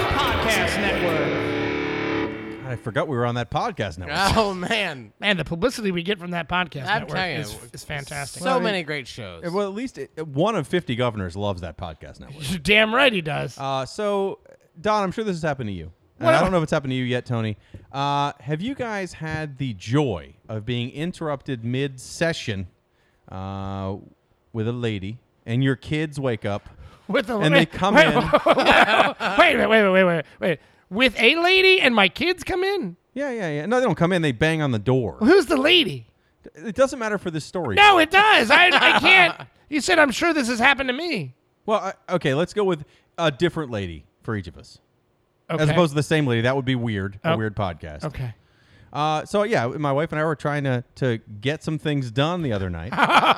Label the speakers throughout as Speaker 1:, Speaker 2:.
Speaker 1: Podcast Network.
Speaker 2: I forgot we were on that podcast network.
Speaker 3: Oh man,
Speaker 1: Man, the publicity we get from that podcast
Speaker 3: I'm
Speaker 1: network
Speaker 3: telling you,
Speaker 1: is, is fantastic.
Speaker 3: so many great shows.
Speaker 2: Well, at least it, one of 50 governors loves that podcast network.
Speaker 1: You're damn right he does.
Speaker 2: Uh, so, Don, I'm sure this has happened to you. And
Speaker 1: What
Speaker 2: I
Speaker 1: am-
Speaker 2: don't know if it's happened to you yet, Tony. Uh, have you guys had the joy of being interrupted mid session uh, with a lady and your kids wake up
Speaker 1: With a
Speaker 2: and they
Speaker 1: wait,
Speaker 2: come
Speaker 1: wait,
Speaker 2: in?
Speaker 1: Wait, wait, wait, wait, wait, wait. With a lady and my kids come in.
Speaker 2: Yeah, yeah, yeah. No, they don't come in, they bang on the door.
Speaker 1: Who's the lady?
Speaker 2: It doesn't matter for this story.
Speaker 1: No, it does. I, I can't. You said I'm sure this has happened to me.
Speaker 2: Well, I, okay, let's go with a different lady for each of us.
Speaker 1: Okay.
Speaker 2: As opposed to the same lady, that would be weird.
Speaker 1: Oh.
Speaker 2: A weird podcast.
Speaker 1: okay.
Speaker 2: Uh, so yeah, my wife and I were trying to to get some things done the other night.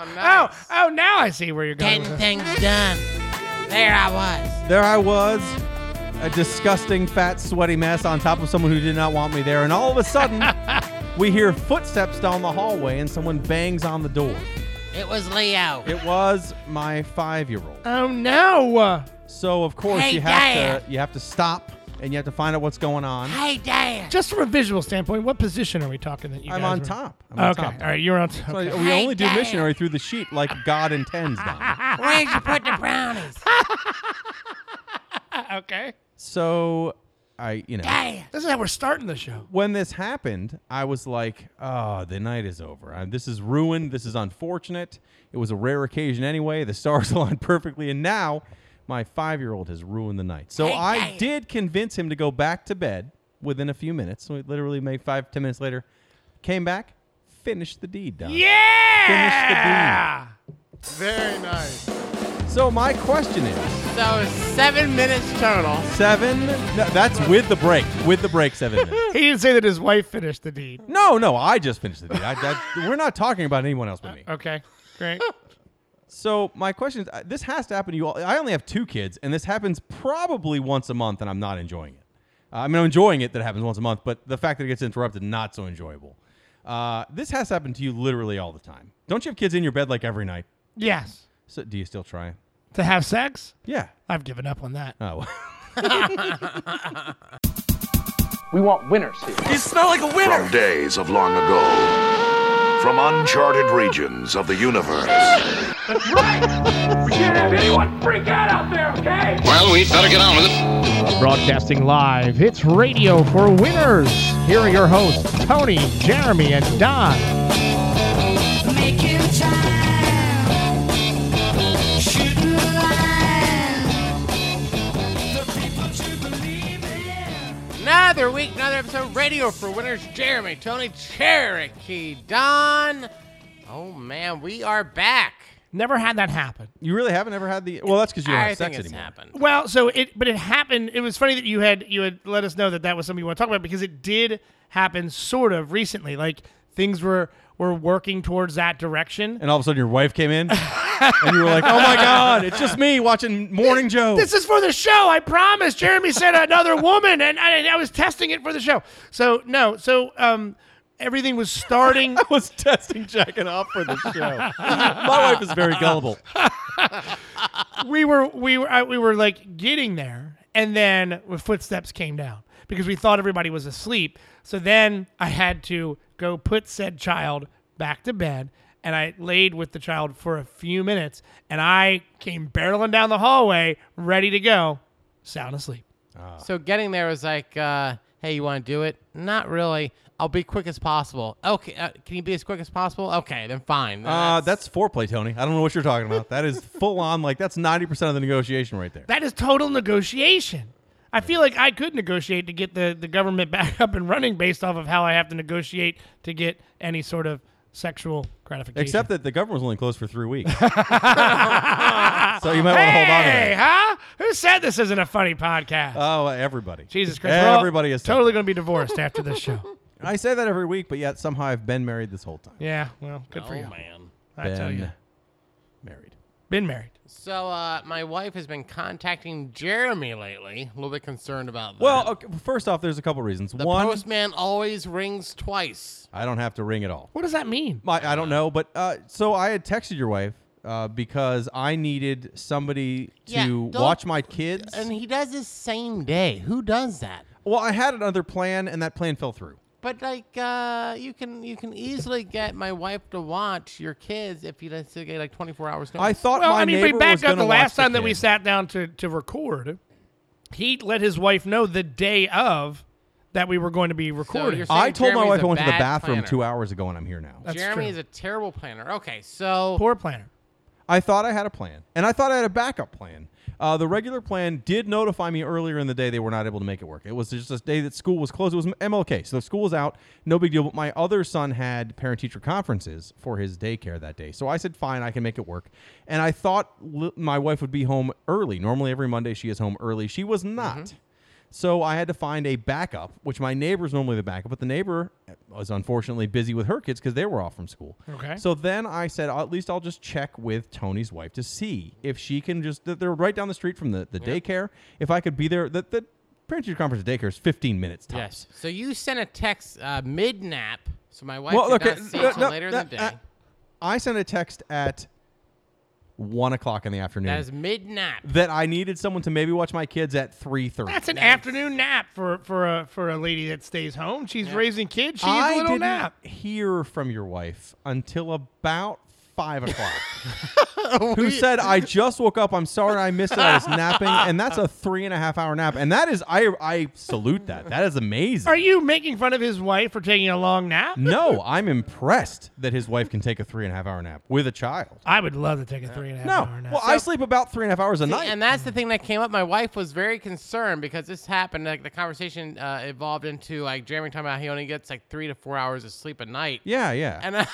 Speaker 1: Oh, oh, now I see where you're going.
Speaker 3: Ten
Speaker 1: with it.
Speaker 3: things done. There I was.
Speaker 2: there I was, a disgusting, fat, sweaty mess on top of someone who did not want me there, and all of a sudden, we hear footsteps down the hallway, and someone bangs on the door.
Speaker 3: It was Leo.
Speaker 2: It was my five-year-old.
Speaker 1: Oh no. Uh,
Speaker 2: So of course
Speaker 3: Hey,
Speaker 2: you have
Speaker 3: Dad.
Speaker 2: to you have to stop and you have to find out what's going on.
Speaker 3: Hey, Dad.
Speaker 1: Just from a visual standpoint, what position are we talking that you
Speaker 2: I'm
Speaker 1: guys
Speaker 2: on
Speaker 1: were-
Speaker 2: top. I'm on
Speaker 1: Okay.
Speaker 2: top.
Speaker 1: All right, you're on top.
Speaker 2: So
Speaker 1: Okay.
Speaker 2: We
Speaker 3: Hey,
Speaker 2: only do
Speaker 3: Dad.
Speaker 2: missionary through the sheet like God intends. Don.
Speaker 3: Where'd you put the brownies?
Speaker 1: okay.
Speaker 2: So I, you know.
Speaker 3: Dad.
Speaker 1: This is how we're starting the show.
Speaker 2: when this happened, I was like, oh, the night is over. Uh, This is ruined. This is unfortunate. It was a rare occasion anyway. The stars aligned perfectly. And now my five year old has ruined the night. So
Speaker 3: Hey,
Speaker 2: I
Speaker 3: hey.
Speaker 2: did convince him to go back to bed within a few minutes. So we literally made five, ten minutes later, came back, finished the deed, Don.
Speaker 1: Yeah.
Speaker 3: Very nice.
Speaker 2: So my question is
Speaker 3: So seven minutes total.
Speaker 2: seven. No, that's with the break. With the break, seven minutes.
Speaker 1: He didn't say that his wife finished the deed.
Speaker 2: No, no, I just finished the deed. I, I, we're not talking about anyone else but me.
Speaker 1: Okay. Great.
Speaker 2: So my question is, uh, this has to happen to you all. I only have two kids, and this happens probably once a month, and I'm not enjoying it. Uh, I mean, I'm enjoying it that it happens once a month, but the fact that it gets interrupted, not so enjoyable. Uh, this has to happen to you literally all the time. Don't you have kids in your bed like every night?
Speaker 1: yes.
Speaker 2: So do you still try?
Speaker 1: To have sex?
Speaker 2: Yeah.
Speaker 1: I've given up on that.
Speaker 2: Oh.
Speaker 4: We want winners here.
Speaker 5: From days of long ago. From uncharted regions of the universe.
Speaker 6: Well, we'd better get on with it.
Speaker 1: Broadcasting live, it's Radio for Winners. Here are your hosts, Tony, Jeremy, and Don.
Speaker 7: Making time, shooting the line. The people to believe in.
Speaker 3: Another week, another episode of Radio for Winners. Jeremy, Tony, Cherokee, Don. Oh man, we are back.
Speaker 1: Never had that happen.
Speaker 2: you really haven't ever had the? Well, that's because you don't
Speaker 3: I
Speaker 2: have
Speaker 3: think
Speaker 2: sex
Speaker 3: it's
Speaker 2: anymore.
Speaker 3: happened.
Speaker 1: Well, so it, but it happened. It was funny that you had you had let us know that that was something you want to talk about because it did happen sort of recently. Like things were were working towards that direction.
Speaker 2: And all of a sudden, your wife came in, and you were like, "Oh my God, it's just me watching Morning Joe."
Speaker 1: This is for the show, I promise. Jeremy said another woman, and I, I was testing it for the show. So no, so um, everything was starting.
Speaker 2: was testing jacking off for the show. My wife is very gullible.
Speaker 1: we were we were I, we were like getting there, and then with footsteps came down because we thought everybody was asleep. So then I had to go put said child back to bed, and I laid with the child for a few minutes, and I came barreling down the hallway, ready to go, sound asleep.
Speaker 3: So getting there was like, uh, hey, you want to do it? Not really. I'll be quick as possible. Okay, uh, can you be as quick as possible? Okay, then fine.
Speaker 2: Uh, that's foreplay, Tony. I don't know what you're talking about. That is full on. Like that's ninety percent of the negotiation right there.
Speaker 1: That is total negotiation. I feel like I could negotiate to get the, the government back up and running based off of how I have to negotiate to get any sort of sexual gratification.
Speaker 2: Except that the government was only closed for three weeks. so you might want to hold on to
Speaker 1: Hey,
Speaker 2: that.
Speaker 1: huh? Who said this isn't a funny podcast?
Speaker 2: Oh, everybody.
Speaker 1: Jesus Christ. we're all
Speaker 2: Everybody is
Speaker 1: totally going to be divorced after this show.
Speaker 2: I say that every week, but yet somehow I've been married this whole time.
Speaker 1: Yeah, well,
Speaker 2: oh,
Speaker 1: good
Speaker 3: Oh
Speaker 1: for you.
Speaker 3: man.
Speaker 1: I tell
Speaker 2: Been
Speaker 1: you.
Speaker 2: Married.
Speaker 1: Been married.
Speaker 3: So uh, my wife has been contacting Jeremy lately. A little bit concerned about that.
Speaker 2: Well, okay, first off, there's a couple reasons.
Speaker 3: the
Speaker 2: One,
Speaker 3: postman always rings twice.
Speaker 2: I don't have to ring at all.
Speaker 1: What does that mean?
Speaker 2: My, I don't know, but uh, so I had texted your wife uh, because I needed somebody
Speaker 3: Yeah,
Speaker 2: to
Speaker 3: don't-
Speaker 2: watch my kids.
Speaker 3: And he does this same day. Who does that?
Speaker 2: well, I had another plan, and that plan fell through.
Speaker 3: But like, uh, you can you can easily get my wife to watch your kids if you just get like 24 hours. Notice.
Speaker 2: I thought
Speaker 1: Well,
Speaker 2: my
Speaker 1: I mean, we
Speaker 2: neighbor was
Speaker 1: back up
Speaker 2: gonna
Speaker 1: the last
Speaker 2: watch the
Speaker 1: time that we
Speaker 2: kid.
Speaker 1: sat down to, to record. He let his wife know the day of that we were going to be recording.
Speaker 3: you're saying-
Speaker 2: I told my
Speaker 3: Jeremy's
Speaker 2: wife I
Speaker 3: a
Speaker 2: went to the
Speaker 3: bad
Speaker 2: bathroom
Speaker 3: planner.
Speaker 2: two hours ago, and I'm here now.
Speaker 1: That's
Speaker 3: Jeremy
Speaker 1: true.
Speaker 3: is a terrible planner. Okay, so
Speaker 1: Poor planner.
Speaker 2: I thought I had a plan, and I thought I had a backup plan. Uh, the regular plan did notify me earlier in the day they were not able to make it work. It was just a day that school was closed. It was MLK, so the school was out, no big deal. But my other son had parent-teacher conferences for his daycare that day, so I said, "Fine, I can make it work." And I thought li- my wife would be home early. Normally, every Monday she is home early. She was not. So I had to find a backup, which my neighbor's normally the backup, but the neighbor was unfortunately busy with her kids because they were off from school.
Speaker 1: Okay.
Speaker 2: So then I said, "Oh, at least I'll just check with Tony's wife to see if she can just. th- They're right down the street from the, the daycare. If I could be there, the, the parent teacher conference at daycare is 15 minutes tops.
Speaker 3: yes, so you sent a text uh, mid nap, so my wife
Speaker 2: Well,
Speaker 3: did
Speaker 2: okay.
Speaker 3: not see
Speaker 2: no,
Speaker 3: it till
Speaker 2: no,
Speaker 3: later in the
Speaker 2: no,
Speaker 3: day.
Speaker 2: uh, I sent a text at one o'clock in the afternoon
Speaker 3: that is mid nap.
Speaker 2: that I needed someone to maybe watch my kids at 3:30.
Speaker 1: That's an afternoon nap for, for a for a lady that stays home. She's raising kids. She needs
Speaker 2: I
Speaker 1: a little
Speaker 2: didn't
Speaker 1: nap.
Speaker 2: hear from your wife until about five o'clock. Who said I just woke up? I'm sorry, I missed it. I was napping, and that's a three and a half hour nap, and that is I I salute that. That is amazing.
Speaker 1: Are you making fun of his wife for taking a long nap?
Speaker 2: no, I'm impressed that his wife can take a three and a half hour nap with a child.
Speaker 1: I would love to take a three and a half
Speaker 2: No,
Speaker 1: hour nap.
Speaker 2: well, I sleep about three and a half hours a night.
Speaker 3: And that's the thing that came up. My wife was very concerned because this happened. Like the conversation uh, evolved into like Jeremy talking about he only gets like three to four hours of sleep a night.
Speaker 2: yeah, yeah.
Speaker 3: And uh, I,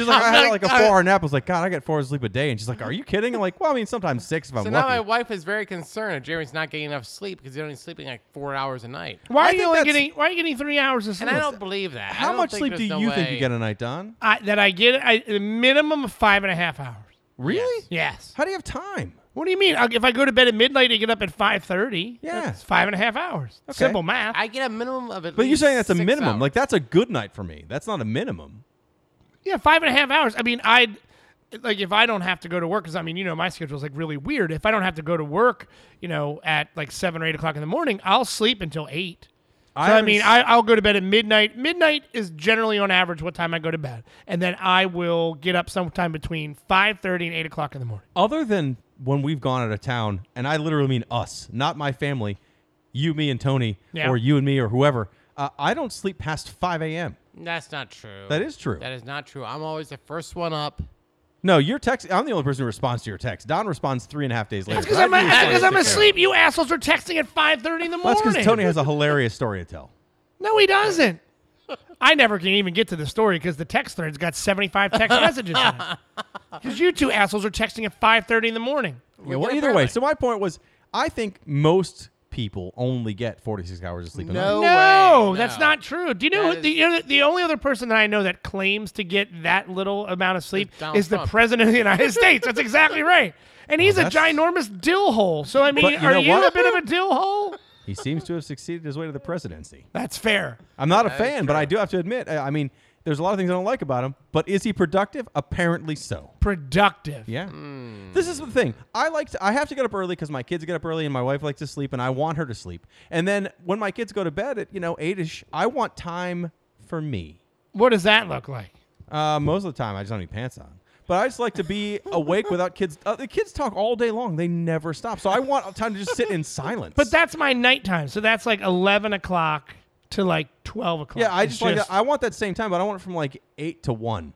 Speaker 2: she's like, I had
Speaker 3: I'm
Speaker 2: like
Speaker 3: like,
Speaker 2: a
Speaker 3: I-
Speaker 2: four hour nap. I was like, God, I get four hours of sleep a day. And she's like, Are you kidding? I'm like, Well, I mean, sometimes six if I'm
Speaker 3: so now
Speaker 2: lucky.
Speaker 3: my wife is very concerned that Jeremy's not getting enough sleep because he's only sleeping like four hours a night.
Speaker 2: I
Speaker 1: why are you
Speaker 2: think
Speaker 1: only
Speaker 2: that's-
Speaker 1: getting Why are you getting three hours of sleep?
Speaker 3: And I don't believe that. I
Speaker 2: How
Speaker 3: don't
Speaker 2: much
Speaker 3: think
Speaker 2: sleep
Speaker 3: there's
Speaker 2: do
Speaker 3: no
Speaker 2: you think you
Speaker 3: way-
Speaker 2: get a night, Don?
Speaker 1: I- that I get I, a minimum of five and a half hours.
Speaker 2: Really?
Speaker 1: Yes.
Speaker 2: How do you have time?
Speaker 1: What do you mean? I- If I go to bed at midnight and get up at five thirty,
Speaker 2: Yeah.
Speaker 1: it's five and a half hours. Simple math.
Speaker 3: I get a minimum of at
Speaker 2: But you're
Speaker 3: least
Speaker 2: saying that's a
Speaker 3: six
Speaker 2: minimum.
Speaker 3: hours.
Speaker 2: Like that's a good night for me. That's not a minimum.
Speaker 1: yeah, five and a half hours. I mean, I'd like if I don't have to go to work because I mean, you know, my schedule's like really weird. If I don't have to go to work, you know, at like seven or eight o'clock in the morning, I'll sleep until eight. So I,
Speaker 2: haven't
Speaker 1: mean,
Speaker 2: s-
Speaker 1: I, I'll go to bed at midnight. Midnight is generally on average what time I go to bed, and then I will get up sometime between five thirty and eight o'clock in the morning.
Speaker 2: other than when we've gone out of town, and I literally mean us, not my family, you, me, and Tony,
Speaker 1: Yeah.
Speaker 2: or you and me, or whoever. Uh, I don't sleep past 5 a.m.
Speaker 3: that's not true.
Speaker 2: That is true.
Speaker 3: That is not true. I'm always the first one up.
Speaker 2: no, your text. I'm the only person who responds to your text. Don responds three and a half days later.
Speaker 1: Because
Speaker 2: I
Speaker 1: I'm,
Speaker 2: do
Speaker 1: that's
Speaker 2: respond
Speaker 1: 'cause
Speaker 2: to
Speaker 1: I'm
Speaker 2: your text.
Speaker 1: asleep. You assholes are texting at five thirty in the
Speaker 2: Well,
Speaker 1: morning.
Speaker 2: That's because Tony has a hilarious story to tell.
Speaker 1: No, he doesn't. I never can even get to the story because the text thread's got 75 text messages in it. Because you two assholes are texting at 5.30 in the morning.
Speaker 2: Yeah, well,
Speaker 3: get up
Speaker 2: either way.
Speaker 3: early.
Speaker 2: So my point was, I think most people only get 46 hours of sleep. a night.
Speaker 3: No,
Speaker 1: No,
Speaker 3: way.
Speaker 1: that's
Speaker 3: No.
Speaker 1: not true. Do you know
Speaker 3: That
Speaker 1: who, the,
Speaker 3: is-
Speaker 1: you know, the only other person that I know that claims to get that little amount of sleep
Speaker 3: Is Donald
Speaker 1: is the
Speaker 3: Trump.
Speaker 1: president of the United States. That's exactly right. And he's a
Speaker 2: that's-
Speaker 1: ginormous dill hole. So, I mean,
Speaker 2: But you
Speaker 1: are
Speaker 2: know
Speaker 1: you
Speaker 2: what?
Speaker 1: a bit of a dill hole?
Speaker 2: He seems to have succeeded his way to the presidency.
Speaker 1: That's fair.
Speaker 2: I'm not a fan, but I do have to admit, I I mean, there's a lot of things I don't like about him, but is he productive? Apparently so.
Speaker 1: Productive.
Speaker 2: Yeah. This is the thing. I like to, I have to get up early cuz my kids get up early and my wife likes to sleep and I want her to sleep. And then when my kids go to bed at, you know, 8ish, I want time for me.
Speaker 1: What does that look like?
Speaker 2: Uh, most of the time I just don't have any pants on. But I just like to be awake without kids. Uh, the kids talk all day long. They never stop. So I want time to just sit in silence.
Speaker 1: But that's my nighttime. So that's like 11 o'clock to like 12 o'clock.
Speaker 2: Yeah, I
Speaker 1: It's
Speaker 2: just, like that. I want that same time, but I want it from like eight to one.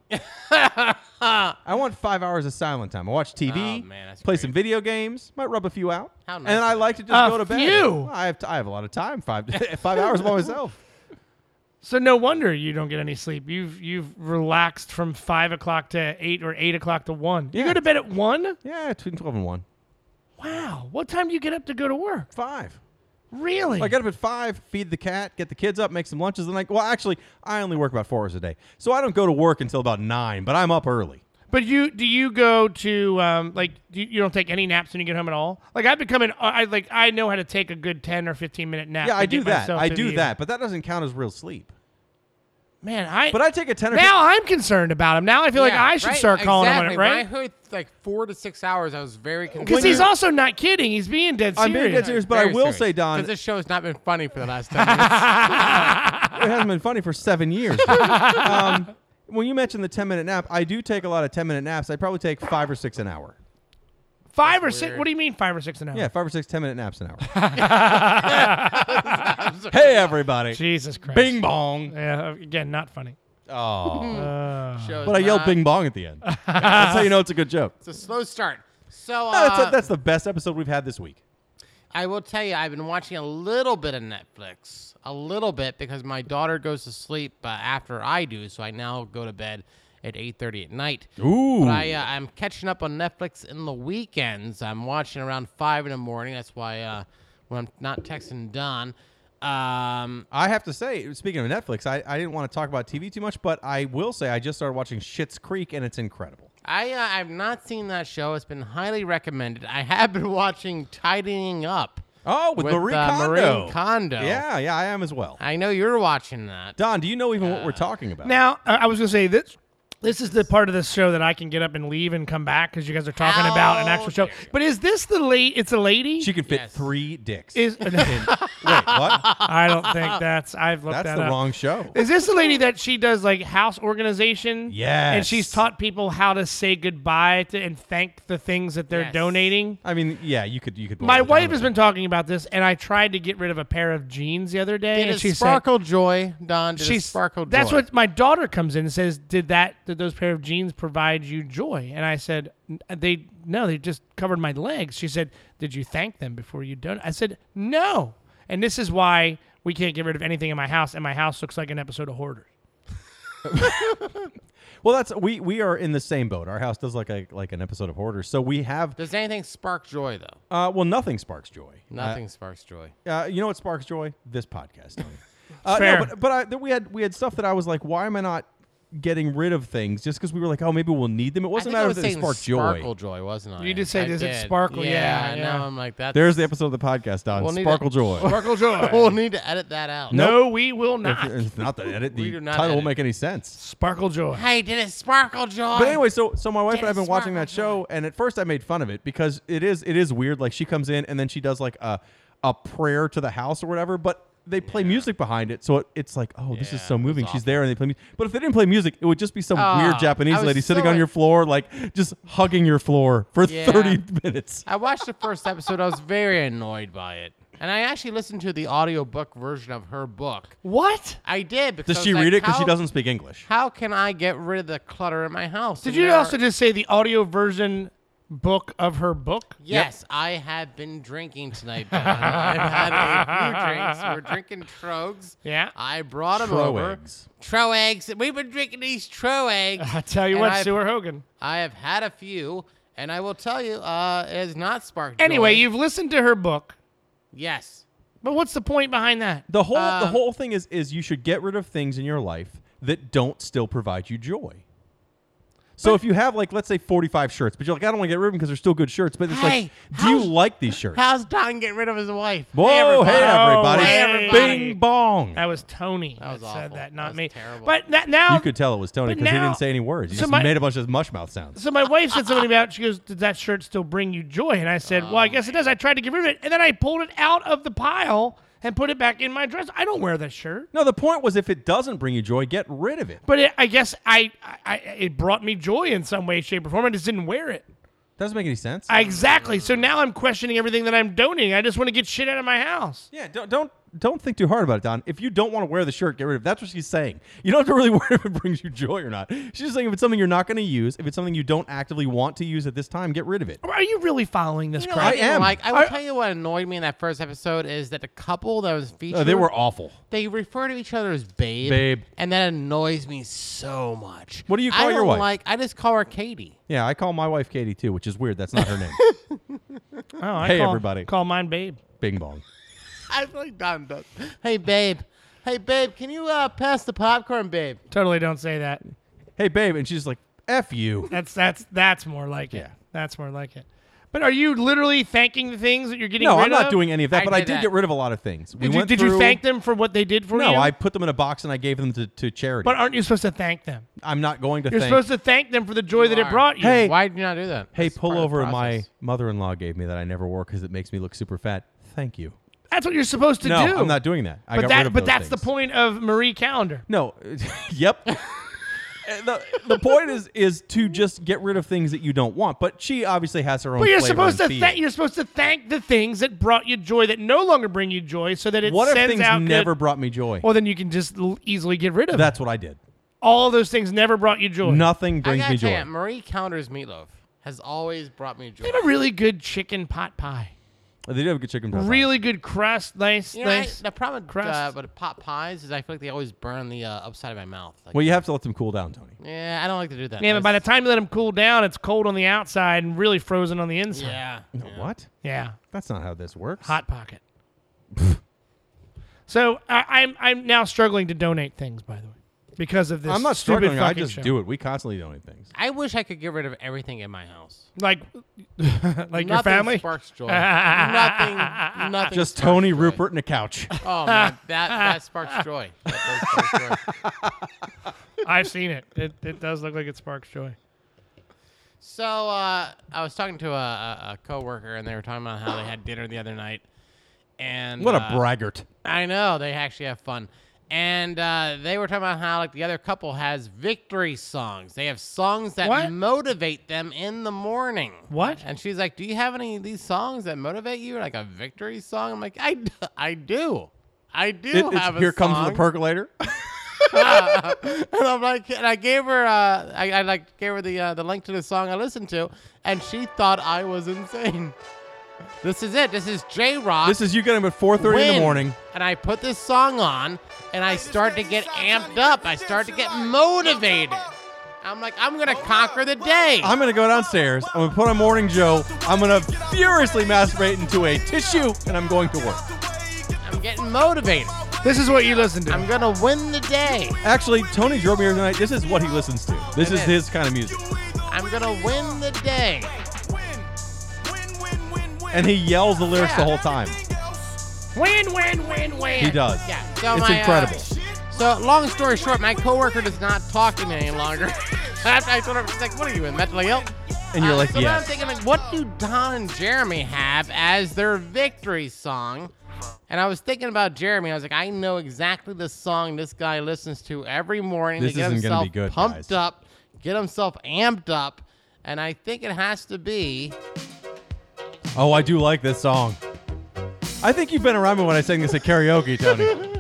Speaker 2: I want five hours of silent time. I watch TV,
Speaker 3: Oh, man, that's
Speaker 2: play
Speaker 3: great.
Speaker 2: some video games, might rub a few out,
Speaker 3: How
Speaker 2: and
Speaker 3: nice
Speaker 2: I
Speaker 3: of
Speaker 2: like to just
Speaker 1: A
Speaker 2: go to bed.
Speaker 1: few?
Speaker 2: I have t- I have a lot of time five five hours by myself.
Speaker 1: So no wonder you don't get any sleep. You've you've relaxed from five o'clock to eight or eight o'clock to one. You
Speaker 2: Yeah.
Speaker 1: go to bed at one.
Speaker 2: Yeah, between twelve and one,
Speaker 1: Wow. What time do you get up to go to work?
Speaker 2: five.
Speaker 1: Really?
Speaker 2: I get up at five, feed the cat, get the kids up, make some lunches. Then I well, actually, I only work about four hours a day, so I don't go to work until about nine. But I'm up early.
Speaker 1: but you do you go to um like do you, you don't take any naps when you get home at all? Like I've become an uh, I like I know how to take a good ten or fifteen minute nap.
Speaker 2: Yeah,
Speaker 1: to
Speaker 2: I
Speaker 1: get
Speaker 2: do that.
Speaker 1: myself
Speaker 2: I
Speaker 1: through
Speaker 2: do
Speaker 1: the
Speaker 2: that, but that doesn't count as real sleep.
Speaker 1: evening. Man, I
Speaker 2: But I take a ten or
Speaker 1: now I'm concerned about him. Now I feel like
Speaker 3: Yeah,
Speaker 1: I should
Speaker 3: right?
Speaker 1: start calling
Speaker 3: exactly.
Speaker 1: him on it, right?
Speaker 3: When I heard like four to six hours, I was very
Speaker 1: Because
Speaker 3: confused.
Speaker 1: he's also not kidding. He's being dead
Speaker 2: I'm
Speaker 1: serious.
Speaker 2: being dead serious, but I will say, Don,
Speaker 3: because this show has not been funny for the last ten minutes.
Speaker 2: it hasn't been funny for seven years. um, when you mentioned the 10 minute nap, I do take a lot of 10 minute naps. I probably take five or six an hour.
Speaker 1: Five or six. What do you mean five or six an hour?
Speaker 2: Yeah, five or six 10 minute naps an hour. hey, everybody.
Speaker 1: Jesus Christ.
Speaker 2: Bing bong.
Speaker 1: Yeah, again, not funny.
Speaker 2: Oh.
Speaker 3: Show's
Speaker 2: But I yelled
Speaker 3: not-
Speaker 2: bing bong at the end. That's how you know it's a good joke.
Speaker 3: It's a slow start. So uh,
Speaker 2: No, that's, that's the best episode we've had this week.
Speaker 3: I will tell you, I've been watching a little bit of Netflix, a little bit because my daughter goes to sleep uh, after I do, so I now go to bed at 8:30 at night.
Speaker 2: Ooh.
Speaker 3: But I, uh, I'm catching up on Netflix in the weekends. I'm watching around five in the morning. That's why uh, when I'm not texting Don. Um,
Speaker 2: I have to say, speaking of Netflix, I, I didn't want to talk about TV too much, but I will say I just started watching Shit's Creek and it's incredible.
Speaker 3: I uh, I've not seen that show. It's been highly recommended. I have been watching Tidying Up.
Speaker 2: Oh, with,
Speaker 3: With,
Speaker 2: Marie
Speaker 3: uh,
Speaker 2: Kondo.
Speaker 3: Marie Kondo.
Speaker 2: Yeah, yeah, I am as well.
Speaker 3: I know you're watching that.
Speaker 2: Don, do you know even what we're talking about?
Speaker 1: Now, uh, I was going to say this. This is the part of the show that I can get up and leave and come back because you guys are talking about an actual show.
Speaker 3: How dare you.
Speaker 1: But is this the late? It's a lady.
Speaker 2: she can fit
Speaker 3: Yes.
Speaker 2: three dicks.
Speaker 1: is.
Speaker 2: Wait, what?
Speaker 1: I don't think that's. I've looked
Speaker 2: That's
Speaker 1: that
Speaker 2: the
Speaker 1: up.
Speaker 2: wrong show.
Speaker 1: Is this the lady that she does like house organization?
Speaker 2: Yes.
Speaker 1: And she's taught people how to say goodbye to and thank the things that they're
Speaker 3: Yes.
Speaker 1: donating.
Speaker 2: I mean, yeah, you could you could. boil it
Speaker 1: My
Speaker 2: down
Speaker 1: wife
Speaker 2: to
Speaker 1: has
Speaker 2: that.
Speaker 1: been talking about this, and I tried to get rid of a pair of jeans the other day,
Speaker 3: Did
Speaker 1: and
Speaker 3: it
Speaker 1: she
Speaker 3: sparkle joy, Don? Did
Speaker 1: said
Speaker 3: it
Speaker 1: she's
Speaker 3: sparkle joy?
Speaker 1: That's what my daughter comes in and says. Did that? Did those pair of jeans provide you joy? And I said, "N- uh, they no, they just covered my legs. She said, did you thank them before you done? I said, no. And this is why we can't get rid of anything in my house, and my house looks like an episode of Hoarders.
Speaker 2: Well, that's we we are in the same boat. Our house does like a, like an episode of Hoarders. So we have
Speaker 3: Does anything spark joy though?
Speaker 2: uh, well, nothing sparks joy.
Speaker 3: Nothing sparks joy.
Speaker 2: Uh, you know what sparks joy? This podcast. Tony. uh,
Speaker 1: Fair.
Speaker 2: No, but but I, th- we had we had stuff that I was like, why am I not getting rid of things? Just because we were like, oh, maybe we'll need them. It wasn't a
Speaker 3: I
Speaker 2: matter
Speaker 3: was
Speaker 2: that they
Speaker 3: saying
Speaker 2: sparked
Speaker 3: sparkle
Speaker 2: joy.
Speaker 3: joy, wasn't I?
Speaker 1: You did say,
Speaker 3: I
Speaker 1: does it
Speaker 3: did.
Speaker 1: sparkle?
Speaker 3: Yeah.
Speaker 1: Yeah,
Speaker 3: Now
Speaker 1: yeah.
Speaker 3: I'm like that.
Speaker 2: There's the episode of the podcast, Don.
Speaker 3: We'll need to-
Speaker 2: sparkle joy.
Speaker 1: Sparkle joy.
Speaker 3: We'll need to edit that out.
Speaker 1: No, we will not.
Speaker 2: it's not the edit.
Speaker 3: We
Speaker 2: The
Speaker 3: do
Speaker 2: title
Speaker 3: not
Speaker 2: won't
Speaker 3: edit.
Speaker 2: make any sense.
Speaker 1: Sparkle joy.
Speaker 3: Hey, did it sparkle joy?
Speaker 2: But anyway, so so my wife and
Speaker 3: Dennis
Speaker 2: I've been watching that
Speaker 3: Rodman.
Speaker 2: show, and at first I made fun of it because it is it is weird. Like she comes in and then she does like a a prayer to the house or whatever, but they play music behind it, so it, it's like, oh, this
Speaker 3: Yeah,
Speaker 2: is so
Speaker 3: that's
Speaker 2: moving. She's
Speaker 3: awful.
Speaker 2: there and they play music. But if they didn't play music, it would just be some
Speaker 3: Ah,
Speaker 2: weird
Speaker 3: I
Speaker 2: Japanese
Speaker 3: was
Speaker 2: lady sitting
Speaker 3: so
Speaker 2: on your
Speaker 3: in-
Speaker 2: floor, like just hugging your floor for
Speaker 3: Yeah.
Speaker 2: thirty minutes.
Speaker 3: I watched the first episode. I was very annoyed by it, and I actually listened to the audiobook version of her book.
Speaker 1: What?
Speaker 3: I did because
Speaker 2: Does
Speaker 3: I
Speaker 2: she
Speaker 3: was like,
Speaker 2: read it? Because she
Speaker 3: how-
Speaker 2: doesn't speak English.
Speaker 3: How can I get rid of the clutter in my house?
Speaker 1: Did
Speaker 3: And
Speaker 1: you
Speaker 3: there
Speaker 1: also
Speaker 3: are-
Speaker 1: just say the audio version book of her book?
Speaker 3: Yes, I have been drinking tonight. Don. I've had a few drinks. We're drinking trogs.
Speaker 1: Yeah.
Speaker 3: I brought them over.
Speaker 2: Troegs.
Speaker 3: Troegs. We've been drinking these troegs.
Speaker 1: I tell you
Speaker 3: And
Speaker 1: what,
Speaker 3: I've-
Speaker 1: Sewer Hogan.
Speaker 3: I have had a few, and I will tell you, uh, it has not sparked.
Speaker 1: Anyway,
Speaker 3: joy.
Speaker 1: you've listened to her book,
Speaker 3: yes,
Speaker 1: but what's the point behind that?
Speaker 2: The whole
Speaker 1: Um,
Speaker 2: the whole thing is is you should get rid of things in your life that don't still provide you joy. So if you have like let's say 45 shirts, but you're like I don't want to get rid of them because they're still good shirts, but it's
Speaker 3: Hey,
Speaker 2: like do you
Speaker 3: how's-
Speaker 2: like these shirts?
Speaker 3: how's Don getting rid of his wife?
Speaker 2: Whoa, hey everybody.
Speaker 1: Oh, hey, everybody.
Speaker 2: Bing bong.
Speaker 1: That was Tony that,
Speaker 3: was
Speaker 1: said
Speaker 3: awful.
Speaker 1: that,
Speaker 3: That
Speaker 1: not
Speaker 3: was
Speaker 1: me.
Speaker 3: terrible.
Speaker 1: But that now,
Speaker 2: you could tell it was Tony
Speaker 1: but
Speaker 2: because he
Speaker 1: now-
Speaker 2: didn't say any words. He
Speaker 1: so
Speaker 2: just
Speaker 1: my-
Speaker 2: made a bunch of mush mouth sounds.
Speaker 1: so my wife said something about. She goes, "Did that shirt still bring you joy?" And I said,
Speaker 3: Oh,
Speaker 1: "Well, I guess it does." I tried to get rid of it, and then I pulled it out of the pile and put it back in my dress. I don't wear that shirt.
Speaker 2: No, the point was if it doesn't bring you joy, get rid of it.
Speaker 1: But it, I guess I, I, I it brought me joy in some way, shape, or form. I just didn't wear it.
Speaker 2: Doesn't make any sense.
Speaker 1: I- exactly. So now I'm questioning everything that I'm donating. I just want to get shit out of my house.
Speaker 2: yeah, don't don't don't think too hard about it, Don. If you don't want to wear the shirt, get rid of it. That's what she's saying. You don't have to really worry if it brings you joy or not. She's just saying if it's something you're not going to use, if it's something you don't actively want to use at this time, get rid of it.
Speaker 1: Are you really following this
Speaker 3: You know,
Speaker 1: crap?
Speaker 3: what I,
Speaker 2: I
Speaker 3: didn't
Speaker 2: am.
Speaker 3: Like, I will tell you what annoyed me in that first episode is that the couple that was featured,
Speaker 1: Oh,
Speaker 2: Uh, they were awful.
Speaker 3: they refer to each other as babe,
Speaker 2: Babe.
Speaker 3: and that annoys me so much.
Speaker 2: What do you
Speaker 3: I
Speaker 2: call
Speaker 3: don't
Speaker 2: your wife?
Speaker 3: Like, I just call her Katie.
Speaker 2: Yeah, I call my wife Katie too, which is weird. That's not her name.
Speaker 1: Oh, I
Speaker 2: Hey,
Speaker 1: call,
Speaker 2: everybody.
Speaker 1: Call mine babe.
Speaker 2: Bing bong.
Speaker 3: I feel like Don does. Hey babe, hey babe, can you uh, pass the popcorn, babe?
Speaker 1: Totally don't say that.
Speaker 2: Hey, babe, and she's like, "F you."
Speaker 1: That's that's that's more like it.
Speaker 2: Yeah.
Speaker 1: That's more like it. But are you literally thanking the things that you're getting?
Speaker 2: No,
Speaker 1: rid
Speaker 2: I'm not
Speaker 1: of?
Speaker 2: doing any of that,
Speaker 3: I
Speaker 2: but I
Speaker 3: did
Speaker 2: did
Speaker 3: that.
Speaker 2: get rid of a lot of things. we
Speaker 1: Did, you,
Speaker 2: went
Speaker 1: did you
Speaker 2: through-
Speaker 1: thank them for what they did for you?
Speaker 2: No, I put them in a box and I gave them to, to charity.
Speaker 1: But aren't you supposed to thank them?
Speaker 2: I'm not going to
Speaker 1: You're
Speaker 2: thank.
Speaker 1: supposed to thank them for the joy that it
Speaker 3: are.
Speaker 1: brought you.
Speaker 2: Hey.
Speaker 3: Why did you not do that?
Speaker 2: hey,
Speaker 3: That's part
Speaker 2: pull
Speaker 3: of the
Speaker 2: over my
Speaker 3: process.
Speaker 2: mother-in-law gave me that I never wore because it makes me look super fat. Thank you.
Speaker 1: that's what you're supposed to
Speaker 2: no,
Speaker 1: do.
Speaker 2: I'm not doing that. I
Speaker 1: But
Speaker 2: got
Speaker 1: that,
Speaker 2: rid of
Speaker 1: but
Speaker 2: those
Speaker 1: that's
Speaker 2: things.
Speaker 1: the point of Marie Calendar.
Speaker 2: No. yep. And the, the point is is to just get rid of things that you don't want. But she obviously has her own.
Speaker 1: But you're
Speaker 2: flavor
Speaker 1: supposed to
Speaker 2: and feel.
Speaker 1: thank. You're supposed to thank the things that brought you joy that no longer bring you joy, so that it
Speaker 2: What if
Speaker 1: sends
Speaker 2: things
Speaker 1: out. good-
Speaker 2: never brought me joy?
Speaker 1: well, then you can just l- easily get rid of it.
Speaker 2: That's what I did.
Speaker 1: All those things never brought you joy.
Speaker 2: Nothing
Speaker 3: I
Speaker 2: brings
Speaker 3: gotta
Speaker 2: me
Speaker 3: tell
Speaker 2: joy.
Speaker 3: you, Marie Callender's meatloaf has always brought me joy.
Speaker 1: They have a really good chicken pot pie.
Speaker 2: They do have good chicken. pot pie.
Speaker 1: Really good crust. Nice,
Speaker 3: You know, I-
Speaker 1: nice.
Speaker 3: the problem with, uh,
Speaker 1: crust.
Speaker 3: with pot pies is I feel like they always burn the uh, upside of my mouth. Like,
Speaker 2: Well, you have to let them cool down, Tony.
Speaker 3: yeah, I don't like to do that.
Speaker 1: yeah, but by the
Speaker 3: That's-
Speaker 1: time you let them cool down, it's cold on the outside and really frozen on the inside.
Speaker 3: yeah,
Speaker 2: No, What?
Speaker 1: Yeah.
Speaker 2: That's not how this works.
Speaker 1: Hot pocket. so I, I'm I'm now struggling to donate things, by the way, because of this.
Speaker 2: I'm not
Speaker 1: stupid
Speaker 2: struggling. I
Speaker 1: fucking
Speaker 2: just
Speaker 1: show.
Speaker 2: do it. We constantly donate things.
Speaker 3: I wish I could get rid of everything in my house.
Speaker 1: Like, like your
Speaker 3: nothing
Speaker 1: family.
Speaker 3: sparks joy. nothing. Nothing.
Speaker 2: Just
Speaker 3: sparks
Speaker 2: Tony
Speaker 3: joy.
Speaker 2: Rupert and a couch.
Speaker 3: Oh man, that that sparks joy. That does spark joy.
Speaker 1: I've seen it. It it does look like it sparks joy.
Speaker 3: So uh, I was talking to a, a, a coworker, and they were talking about how they had dinner the other night. And
Speaker 2: what a
Speaker 3: uh,
Speaker 2: braggart.
Speaker 3: I know they actually have fun, and uh, they were talking about how like the other couple has victory songs. They have songs that
Speaker 1: What?
Speaker 3: motivate them in the morning.
Speaker 1: What?
Speaker 3: And she's like, "Do you have any of these songs that motivate you? Like a victory song?" I'm like, "I, d- I do, I do
Speaker 2: It- it's
Speaker 3: have a
Speaker 2: here comes the
Speaker 3: song."
Speaker 2: percolator.
Speaker 3: and I'm like, and I gave her, uh, I, I like gave her the uh, the link to the song I listened to, and she thought I was insane. This is it. This is J Rock.
Speaker 2: this is you getting up at 4:30 in the morning.
Speaker 3: And I put this song on, and I start to get amped up. I start to get motivated. I'm like, I'm gonna conquer the day.
Speaker 2: I'm gonna go downstairs. I'm gonna put on Morning Joe. I'm gonna furiously masturbate into a tissue, and I'm going to work.
Speaker 3: I'm getting motivated.
Speaker 1: This is what you listen to.
Speaker 3: I'm gonna win the day.
Speaker 2: Actually, Tony drove me here tonight. This is what he listens to. This
Speaker 3: It
Speaker 2: is
Speaker 3: is.
Speaker 2: his kind of music.
Speaker 3: I'm gonna win the day.
Speaker 2: And he yells the lyrics the
Speaker 3: Yeah.
Speaker 2: whole time.
Speaker 1: win, win, win, win.
Speaker 2: He does.
Speaker 3: Yeah. So
Speaker 2: it's
Speaker 3: my, uh,
Speaker 2: incredible.
Speaker 3: So, long story short, my coworker does not talk to me any longer. After I told her, she's like, "What are you in mentally ill?"
Speaker 2: and you're
Speaker 3: Uh,
Speaker 2: like,
Speaker 3: so now I'm
Speaker 2: yes.
Speaker 3: thinking, like, what do Don and Jeremy have as their victory song? And I was thinking about Jeremy. I was like, I know exactly the song this guy listens to every morning
Speaker 2: This
Speaker 3: to get
Speaker 2: isn't
Speaker 3: himself
Speaker 2: gonna be good,
Speaker 3: pumped
Speaker 2: guys.
Speaker 3: up, get himself amped up. And I think it has to be.
Speaker 2: Oh, I do like this song. I think you've been around me when I sang this at karaoke, Tony.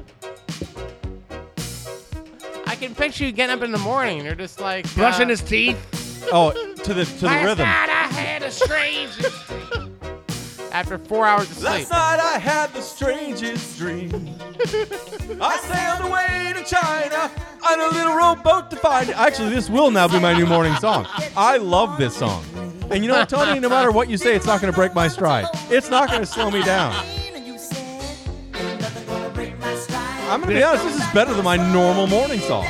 Speaker 3: I can picture you getting up in the morning. and You're just like
Speaker 1: Brushing
Speaker 3: uh,
Speaker 1: his teeth.
Speaker 2: oh, to the to the
Speaker 3: Last
Speaker 2: rhythm.
Speaker 3: night I had a strange after four hours of sleep.
Speaker 2: night I had the strangest dream. I sailed away to China on a little rowboat to find. Actually, this will now be my new morning song. I love this song. And you know what, Tony? No matter what you say, it's not going to break my stride. It's not going to slow me down. I'm going to be honest. This is better than my normal morning song.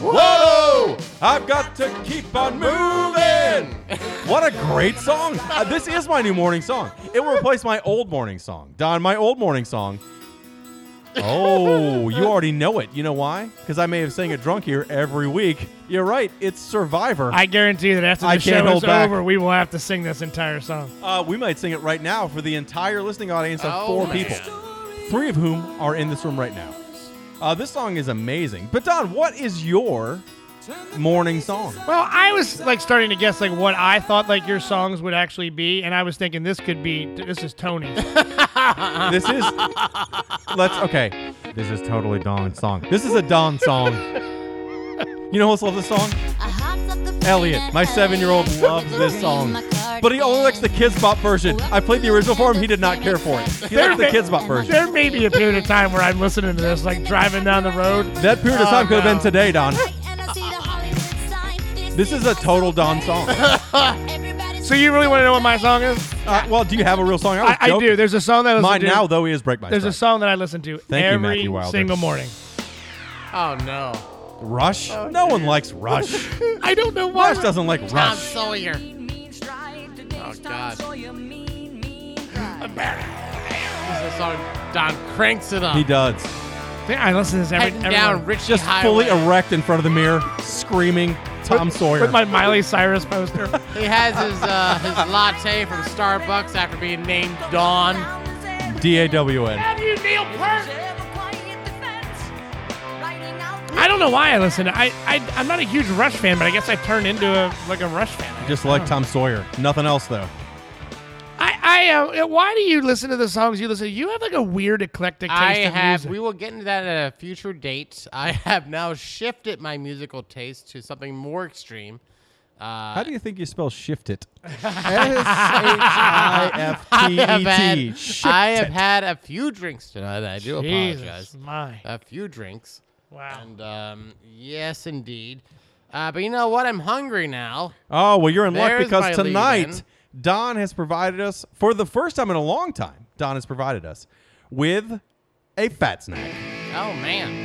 Speaker 2: Whoa! I've got to keep on moving. What a great song! Uh, this is my new morning song. It will replace my old morning song. Don, my old morning song. Oh, you already know it. You know why? Because I may have sang it drunk here every week. You're right. It's Survivor.
Speaker 1: I guarantee that after
Speaker 2: I
Speaker 1: the
Speaker 2: can't
Speaker 1: show
Speaker 2: hold
Speaker 1: is
Speaker 2: back.
Speaker 1: over, we will have to sing this entire song.
Speaker 2: uh, we might sing it right now for the entire listening audience of
Speaker 3: Oh,
Speaker 2: four
Speaker 3: man.
Speaker 2: people, three of whom are in this room right now. Uh, this song is amazing. But Don, what is your morning song?
Speaker 1: Well, I was like starting to guess like what I thought like your songs would actually be, and I was thinking this could be this is Tony's.
Speaker 2: This is. Let's. Okay. This is totally Don's song. This is a Don song. You know who else loves this song? Elliot. My seven year old loves this song. But he only likes the Kids Bop version. I played the original for him. He did not care for it. He liked the
Speaker 1: may-
Speaker 2: Kids Bop version.
Speaker 1: There may be a period of time where I'm listening to this, like driving down the road.
Speaker 2: That period of
Speaker 1: Oh,
Speaker 2: time could have
Speaker 1: no.
Speaker 2: been today, Don. This is a total Don song. Uh,
Speaker 1: So you really want to know what my song is?
Speaker 2: well, do you have a real song? was
Speaker 1: I, I
Speaker 2: joking.
Speaker 1: do. There's a song that I listen
Speaker 2: Mine
Speaker 1: to.
Speaker 2: now, though, is Break My
Speaker 1: There's a
Speaker 2: Stride.
Speaker 1: song that I listen to
Speaker 2: Thank you,
Speaker 1: every
Speaker 2: Matthew Wilder.
Speaker 1: single morning.
Speaker 3: Oh no,
Speaker 2: Rush?
Speaker 1: Oh,
Speaker 2: no one likes Rush.
Speaker 1: I don't know why.
Speaker 2: Rush doesn't like
Speaker 3: Tom
Speaker 2: Rush.
Speaker 3: Sawyer. Oh, God.
Speaker 7: or your mean, mean pride.
Speaker 3: This is the song Don cranks it up.
Speaker 2: He does.
Speaker 1: I listen to this every,
Speaker 3: Heading
Speaker 1: every
Speaker 3: down Richie
Speaker 2: Just fully
Speaker 3: Highway.
Speaker 2: erect in front of the mirror, screaming Tom Sawyer.
Speaker 1: with my Miley Cyrus poster.
Speaker 3: He has his uh, his latte from Starbucks after being named Dawn.
Speaker 2: D-A-W-N.
Speaker 1: I don't know why I listen. To, I, I I'm not a huge Rush fan, but I guess I turned into a like a Rush fan.
Speaker 2: Just like Tom Sawyer. Nothing else, though.
Speaker 1: I I uh, why do you listen to the songs you listen? to? You have like a weird eclectic taste
Speaker 3: I
Speaker 1: in
Speaker 3: have.
Speaker 1: music.
Speaker 3: We will get into that at a future date. I have now shifted my musical taste to something more extreme.
Speaker 2: How do you think you spell shift it? S-H-I-F-T-E-T.
Speaker 3: had, I have
Speaker 2: E Shift it.
Speaker 3: had a few drinks tonight. I do
Speaker 1: Jesus
Speaker 3: apologize.
Speaker 1: my
Speaker 3: A few drinks.
Speaker 1: wow.
Speaker 3: And um, yes, indeed. Uh, but you know what? I'm hungry now.
Speaker 2: Oh, well, you're in luck
Speaker 3: There's my
Speaker 2: because
Speaker 3: lead-in.
Speaker 2: tonight Don has provided us, for the first time in a long time, Don has provided us with a fat snack.
Speaker 3: Oh man.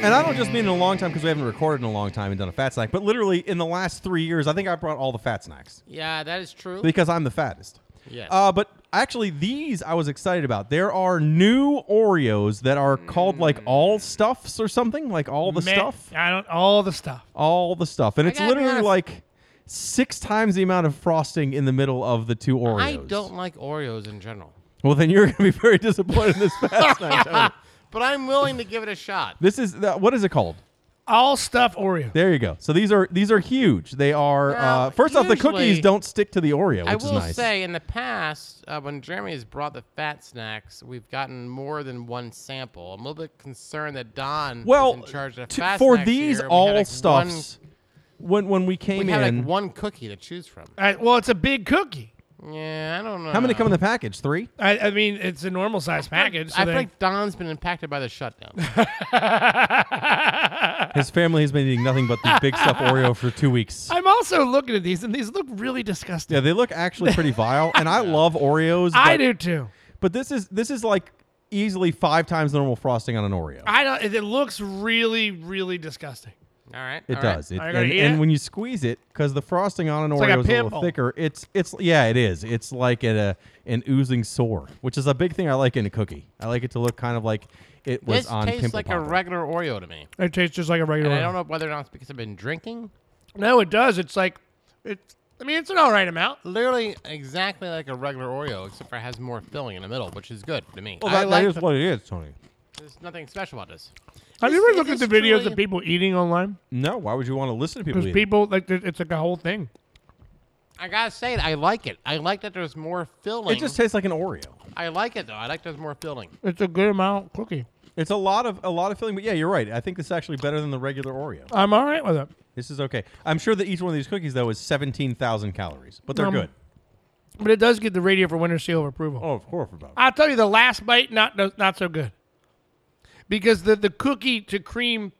Speaker 2: And I don't just mean in a long time because we haven't recorded in a long time and done a fat snack, but literally in the last three years, I think I brought all the fat snacks
Speaker 3: Yeah, that is true.
Speaker 2: because I'm the fattest.
Speaker 3: Yes.
Speaker 2: Uh, but actually, these I was excited about. There are new Oreos that are called like all stuffs or something, like all the
Speaker 1: Man,
Speaker 2: stuff,
Speaker 1: I don't all the stuff.
Speaker 2: all the stuff, and it's
Speaker 3: gotta be
Speaker 2: literally
Speaker 3: honest.
Speaker 2: like six times the amount of frosting in the middle of the two Oreos.
Speaker 3: I don't like Oreos in general,
Speaker 2: Well, then you're gonna be very disappointed in this fast snack. Tony.
Speaker 3: but I'm willing to give it a shot.
Speaker 2: This is the, what is it called?
Speaker 1: All stuff Oreo.
Speaker 2: There you go. So these are these are huge. They are uh,
Speaker 3: Well,
Speaker 2: first off the cookies
Speaker 3: usually-
Speaker 2: don't stick to the Oreo, which
Speaker 3: I
Speaker 2: is
Speaker 3: will
Speaker 2: nice.
Speaker 3: say, in the past, uh, when Jeremy has brought the fat snacks, we've gotten more than one sample. I'm a little bit concerned that Don
Speaker 2: well,
Speaker 3: is in charge of the
Speaker 2: t-
Speaker 3: fat
Speaker 2: for
Speaker 3: snacks
Speaker 2: these
Speaker 3: here. We had,
Speaker 2: all
Speaker 3: like,
Speaker 2: stuffs, when when we
Speaker 3: one-
Speaker 2: came
Speaker 3: we had
Speaker 2: in,
Speaker 3: like one cookie to choose from.
Speaker 1: All right, well, it's a big cookie.
Speaker 3: Yeah, I don't know.
Speaker 2: how many come in the package? Three.
Speaker 1: I, I mean, it's a normal size package. So
Speaker 3: I feel
Speaker 1: they-
Speaker 3: like Don's been impacted by the shutdown.
Speaker 2: His family has been eating nothing but the big stuff Oreo for two weeks.
Speaker 1: I'm also looking at these, and these look really disgusting.
Speaker 2: Yeah, they look actually pretty vile, and I love Oreos.
Speaker 1: I
Speaker 2: but-
Speaker 1: do too.
Speaker 2: but this is this is like easily five times the normal frosting on an Oreo.
Speaker 1: I don't. It it looks really, really disgusting.
Speaker 3: all right,
Speaker 2: It
Speaker 3: all right.
Speaker 2: does. It,
Speaker 1: Are you gonna
Speaker 2: and,
Speaker 1: eat
Speaker 2: and
Speaker 1: it?
Speaker 2: when you squeeze it, because the frosting on an Oreo
Speaker 1: like a
Speaker 2: is a little
Speaker 1: pimple.
Speaker 2: thicker, it's it's yeah, it is. It's like at a an oozing sore, which is a big thing I like in a cookie. I like it to look kind of like it was
Speaker 3: This
Speaker 2: on
Speaker 3: tastes
Speaker 2: pimple
Speaker 3: like a
Speaker 2: popper.
Speaker 3: regular Oreo to me,
Speaker 1: It tastes just like a regular.
Speaker 3: and I
Speaker 1: Oreo.
Speaker 3: don't know whether or not it's because I've been drinking.
Speaker 1: No, it does. It's like it's. I mean, it's an all right amount.
Speaker 3: Literally exactly like a regular Oreo, except for it has more filling in the middle, which is good to me.
Speaker 2: Well,
Speaker 3: I
Speaker 2: that-
Speaker 3: like
Speaker 2: that is what it is, Tony.
Speaker 3: There's nothing special about this.
Speaker 1: Have
Speaker 3: This-
Speaker 1: you ever looked at
Speaker 3: this
Speaker 1: the videos
Speaker 3: truly-
Speaker 1: of people eating online?
Speaker 2: No, why would you want to listen to people?
Speaker 1: Because
Speaker 2: eat it?
Speaker 1: people like it- it's like a whole thing.
Speaker 3: I gotta say, I like it. I like that there's more filling.
Speaker 2: it just tastes like an Oreo.
Speaker 3: I like it though. I like there's more filling.
Speaker 1: It's a good amount cookie.
Speaker 2: It's a lot of a lot of filling, but yeah, you're right. I think this is actually better than the regular Oreo.
Speaker 1: I'm all right with it.
Speaker 2: This is okay. I'm sure that each one of these cookies though is seventeen thousand calories, but they're
Speaker 1: Um,
Speaker 2: good.
Speaker 1: But it does get the radio for winter seal of approval.
Speaker 2: Oh, of course, about
Speaker 1: I'll tell you, the last bite not no- not so good because the the cookie to cream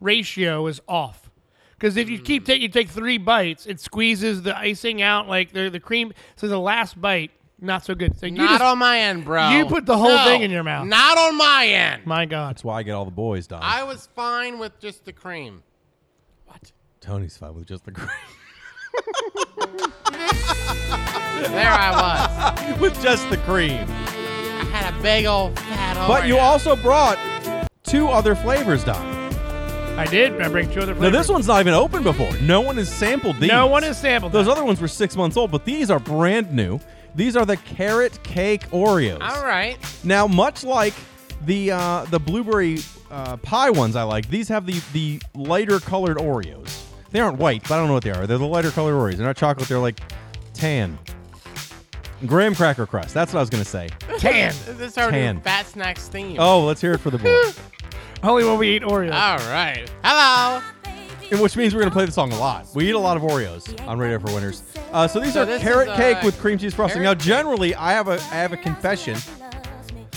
Speaker 1: ratio is off. Because if you keep take you take three bites, it squeezes the icing out like the the cream. So the last bite not so good. So you
Speaker 3: Not
Speaker 1: just,
Speaker 3: on my end, bro.
Speaker 1: you put the whole
Speaker 3: No,
Speaker 1: thing in your mouth.
Speaker 3: Not on my end.
Speaker 1: my God,
Speaker 2: That's why I get all the boys, Don.
Speaker 3: I was fine with just the cream. What?
Speaker 2: Tony's fine with just the cream.
Speaker 3: There I
Speaker 2: with just the cream.
Speaker 3: was. I had a big old fat Oreo.
Speaker 2: But you also brought two other flavors, Don.
Speaker 1: I did. I bring two other.
Speaker 2: Now
Speaker 1: Flavors.
Speaker 2: this one's not even open before. No one has sampled these.
Speaker 1: No one has sampled
Speaker 2: Those
Speaker 1: that.
Speaker 2: other ones were six months old, but these are brand new. These are the carrot cake Oreos.
Speaker 3: All right.
Speaker 2: Now, much like the uh, the blueberry uh, pie ones I like, these have the the lighter colored Oreos. They aren't white, but I don't know what they are. They're the lighter colored Oreos. They're not chocolate. They're like tan. Graham cracker crust. That's what I was gonna say.
Speaker 1: tan.
Speaker 3: This is our new
Speaker 2: Tan.
Speaker 3: fat snacks theme.
Speaker 2: Oh, let's hear it for the boys.
Speaker 1: Only when we eat Oreos.
Speaker 3: All right. Hello.
Speaker 2: And Which means we're going to play the song a lot. We eat a lot of Oreos on Radio for Winners. Uh, so these
Speaker 3: So
Speaker 2: are
Speaker 3: this
Speaker 2: carrot
Speaker 3: is, uh,
Speaker 2: cake with cream cheese frosting. Now,
Speaker 3: carrot
Speaker 2: generally, I have a I have a confession.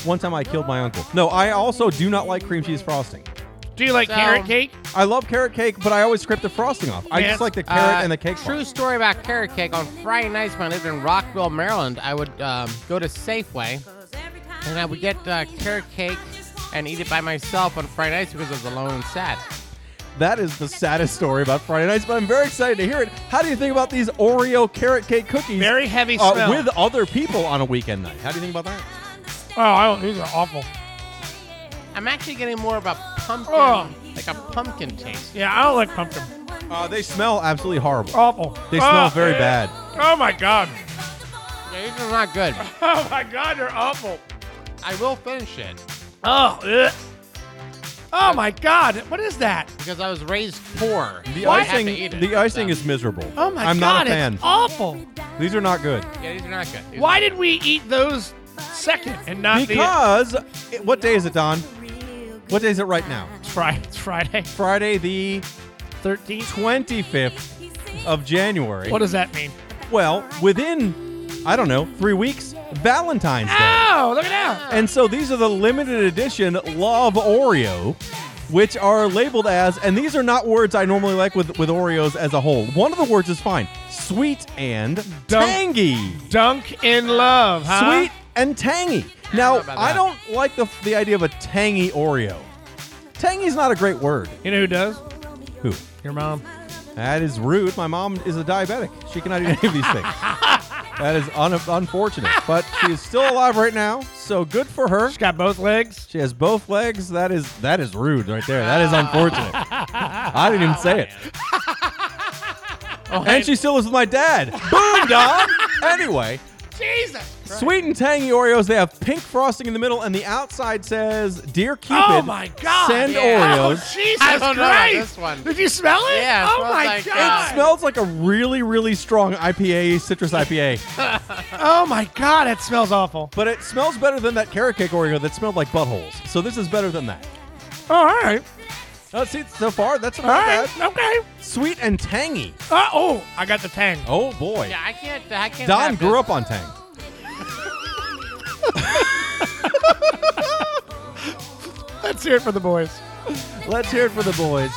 Speaker 2: One time I killed my uncle. No, I also do not like cream cheese frosting.
Speaker 1: Do you like
Speaker 3: So-
Speaker 1: carrot cake?
Speaker 2: I love carrot cake, but I always strip the frosting off. I
Speaker 1: Yes.
Speaker 2: just like the carrot
Speaker 3: Uh,
Speaker 2: and the cake.
Speaker 3: True
Speaker 2: part.
Speaker 3: story about carrot cake. On Friday nights when I lived in Rockville, Maryland, I would um, go to Safeway and I would get uh, carrot cake and eat it by myself on Friday nights because I was alone and sad.
Speaker 2: That is the saddest story about Friday nights, but I'm very excited to hear it. How do you think about these Oreo carrot cake cookies?
Speaker 1: Very heavy
Speaker 2: uh,
Speaker 1: smell.
Speaker 2: with other people on a weekend night. How do you think about that?
Speaker 1: Oh, I don't, these are awful.
Speaker 3: I'm actually getting more of a pumpkin,
Speaker 1: Oh.
Speaker 3: like a pumpkin taste.
Speaker 1: Yeah, I don't like pumpkin.
Speaker 2: Uh, they smell absolutely horrible.
Speaker 1: Awful.
Speaker 2: They smell
Speaker 1: Oh,
Speaker 2: very bad.
Speaker 1: Oh my god.
Speaker 3: Yeah, these are not good.
Speaker 1: Oh my god, they're awful.
Speaker 3: I will finish it
Speaker 1: Oh. ugh. Oh my god, what is that?
Speaker 3: because I was raised poor.
Speaker 2: The
Speaker 3: I have to
Speaker 2: icing,
Speaker 3: eat it,
Speaker 2: the icing
Speaker 3: so-
Speaker 2: is miserable.
Speaker 1: Oh my
Speaker 2: I'm not
Speaker 1: god,
Speaker 2: a fan.
Speaker 1: it's awful.
Speaker 2: These are not good.
Speaker 3: Yeah, these are not good. These
Speaker 1: Why did we eat those second and not
Speaker 2: Because it- what day is it, Don? What day is it right now?
Speaker 1: the Friday? It's Friday,
Speaker 2: Friday the
Speaker 1: 13th.
Speaker 2: 25th of January.
Speaker 1: What does that mean?
Speaker 2: well, within I don't know three weeks, Valentine's Day.
Speaker 1: Oh, look at that.
Speaker 2: And so these are the limited edition Love Oreo, which are labeled as, and these are not words I normally like with, with Oreos as a whole. One of the words is fine sweet and
Speaker 1: Dumb.
Speaker 2: tangy.
Speaker 1: Dunk in love, huh?
Speaker 2: Sweet and tangy. Now,
Speaker 3: about
Speaker 2: I
Speaker 3: that.
Speaker 2: don't like the, the idea of a tangy Oreo. Tangy's not a great word.
Speaker 1: You know who does?
Speaker 2: Who?
Speaker 1: Your mom.
Speaker 2: That is rude. My mom is a diabetic. She cannot eat any of these things. That is un- unfortunate. But she is still alive right now, so good for her.
Speaker 1: She's got both legs.
Speaker 2: She has both legs. That is that is rude right there. That is unfortunate. I didn't even say it.
Speaker 1: Oh,
Speaker 2: and she still lives with my dad. Boom, dog. Anyway,
Speaker 1: Jesus.
Speaker 2: sweet and tangy Oreos. They have pink frosting in the middle, and the outside says, "Dear Cupid,
Speaker 1: Oh my god.
Speaker 2: send
Speaker 3: Yeah.
Speaker 1: Oh,
Speaker 2: Oreos."
Speaker 1: Jesus
Speaker 3: I don't know about
Speaker 1: Christ.
Speaker 3: this one.
Speaker 1: Did you smell it?
Speaker 3: Yeah, it
Speaker 1: oh
Speaker 3: smells
Speaker 1: my
Speaker 3: like-
Speaker 1: god.
Speaker 2: It smells like a really, really strong IPA, citrus IPA,
Speaker 1: oh my god, it smells awful.
Speaker 2: but it smells better than that carrot cake Oreo that smelled like buttholes. So this is better than that.
Speaker 1: Oh, all right.
Speaker 2: Uh, see, so far that's not
Speaker 1: All right.
Speaker 2: bad.
Speaker 1: Okay.
Speaker 2: Sweet and tangy.
Speaker 1: Uh, oh, I got the tang.
Speaker 2: Oh boy.
Speaker 3: Yeah, I can't. I can't.
Speaker 2: Don
Speaker 3: have
Speaker 2: grew
Speaker 3: it.
Speaker 2: up on Tang.
Speaker 1: Let's hear it for the boys.
Speaker 2: Let's hear it for the boys.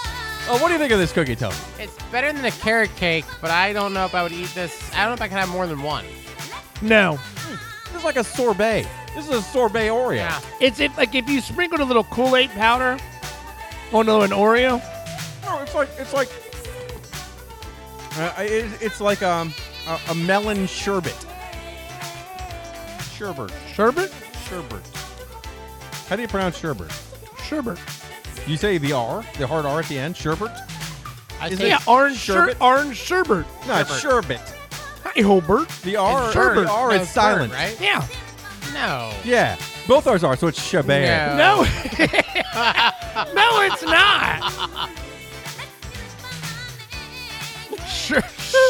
Speaker 2: Oh, what do you think of this cookie, Tony?
Speaker 3: It's better than a carrot cake, but I don't know if I would eat this. I don't know if I can have more than one.
Speaker 1: No.
Speaker 2: This is like a sorbet. This is a sorbet Oreo.
Speaker 3: Yeah.
Speaker 1: It's if, like if you sprinkled a little Kool Aid powder on an Oreo.
Speaker 2: No, Oh, it's like it's like uh, it, it's like um, a, a melon sherbet. Sherbet.
Speaker 1: Sherbet?
Speaker 2: Sherbet. How do you pronounce sherbet?
Speaker 1: Sherbet.
Speaker 2: You say the R, the hard R at the end. Sherbet.
Speaker 3: I
Speaker 2: Is
Speaker 3: think
Speaker 2: it-
Speaker 1: Yeah, orange
Speaker 2: sherbet?
Speaker 1: sherbet. orange sherbet.
Speaker 2: No, it's sherbet.
Speaker 1: Hi, Holbert.
Speaker 2: The R.
Speaker 3: sherbet.
Speaker 2: The R
Speaker 3: No,
Speaker 2: is
Speaker 3: it's
Speaker 2: silent,
Speaker 3: sherbet, right?
Speaker 1: Yeah.
Speaker 3: No.
Speaker 2: Yeah, both ours are. So it's sherbet.
Speaker 3: No.
Speaker 1: No. no, it's not. Sure,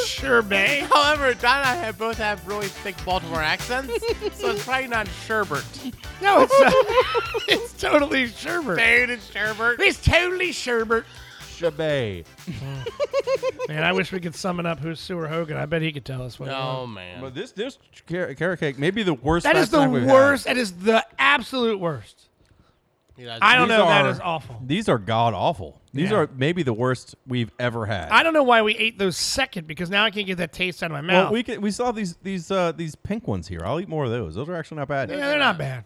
Speaker 1: sherbet.
Speaker 3: However, Don and I have both have really thick Baltimore accents, so it's probably not sherbet.
Speaker 1: No, it's not. it's totally sherbet.
Speaker 3: Dude, it's sherbet.
Speaker 1: It's totally sherbet.
Speaker 2: Sherbet.
Speaker 1: Man, I wish we could summon up who's Sewer Hogan. I bet he could tell us what.
Speaker 3: Oh man.
Speaker 2: But this this carrot, carrot cake may be the worst.
Speaker 1: That is
Speaker 2: fast
Speaker 1: the
Speaker 2: snack we've had.
Speaker 1: worst. That is the absolute worst.
Speaker 3: You guys-
Speaker 1: I don't
Speaker 2: These
Speaker 1: know. that
Speaker 2: are-
Speaker 1: is awful.
Speaker 2: These are god awful. These
Speaker 1: Yeah.
Speaker 2: are maybe the worst we've ever had.
Speaker 1: I don't know why we ate those second because now I can't get that taste out of my mouth.
Speaker 2: well, we could, we saw these these uh, these pink ones here. I'll eat more of those. Those are actually not bad.
Speaker 1: yeah, they're not bad.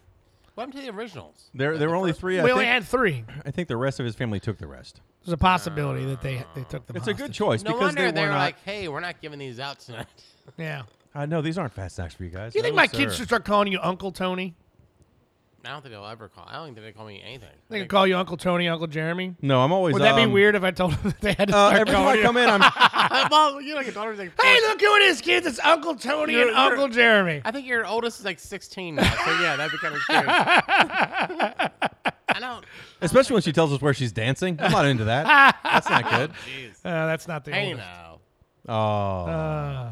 Speaker 3: What happened to the originals?
Speaker 2: There there were only three. I
Speaker 1: we
Speaker 2: think,
Speaker 1: only had three.
Speaker 2: I think the rest of his family took the rest.
Speaker 1: There's a possibility that they they took them.
Speaker 2: It's a good
Speaker 1: hostage.
Speaker 2: choice
Speaker 3: No
Speaker 2: because
Speaker 3: wonder
Speaker 2: they were
Speaker 3: they were
Speaker 2: not.
Speaker 3: like, "Hey, we're not giving these out tonight."
Speaker 1: Yeah.
Speaker 2: I know these aren't fast snacks for you guys.
Speaker 1: Do you think
Speaker 2: No,
Speaker 1: my kids
Speaker 2: sir.
Speaker 1: should start calling you Uncle Tony?
Speaker 3: I don't think they'll ever call. I don't think they call me anything.
Speaker 1: They could call you Uncle Tony, Uncle Jeremy.
Speaker 2: No, I'm always.
Speaker 1: Would that be
Speaker 2: um,
Speaker 1: weird Oh, if I told them that they had to
Speaker 2: Uh,
Speaker 1: start
Speaker 2: every time
Speaker 1: calling
Speaker 2: I
Speaker 1: you-
Speaker 2: come in, I'm.
Speaker 3: Mom, you're like a daughter. Like,
Speaker 1: Hey, look who it is, kids! It's Uncle Tony
Speaker 3: You're-
Speaker 1: and
Speaker 3: you're-
Speaker 1: Uncle Jeremy.
Speaker 3: I think your oldest is like 16 now, so yeah, that'd be kind of scary. I don't.
Speaker 2: Especially when she tells us where she's dancing. I'm not into that. That's not good.
Speaker 1: Uh, that's not the
Speaker 3: Hey,
Speaker 1: oldest.
Speaker 3: now.
Speaker 2: Oh.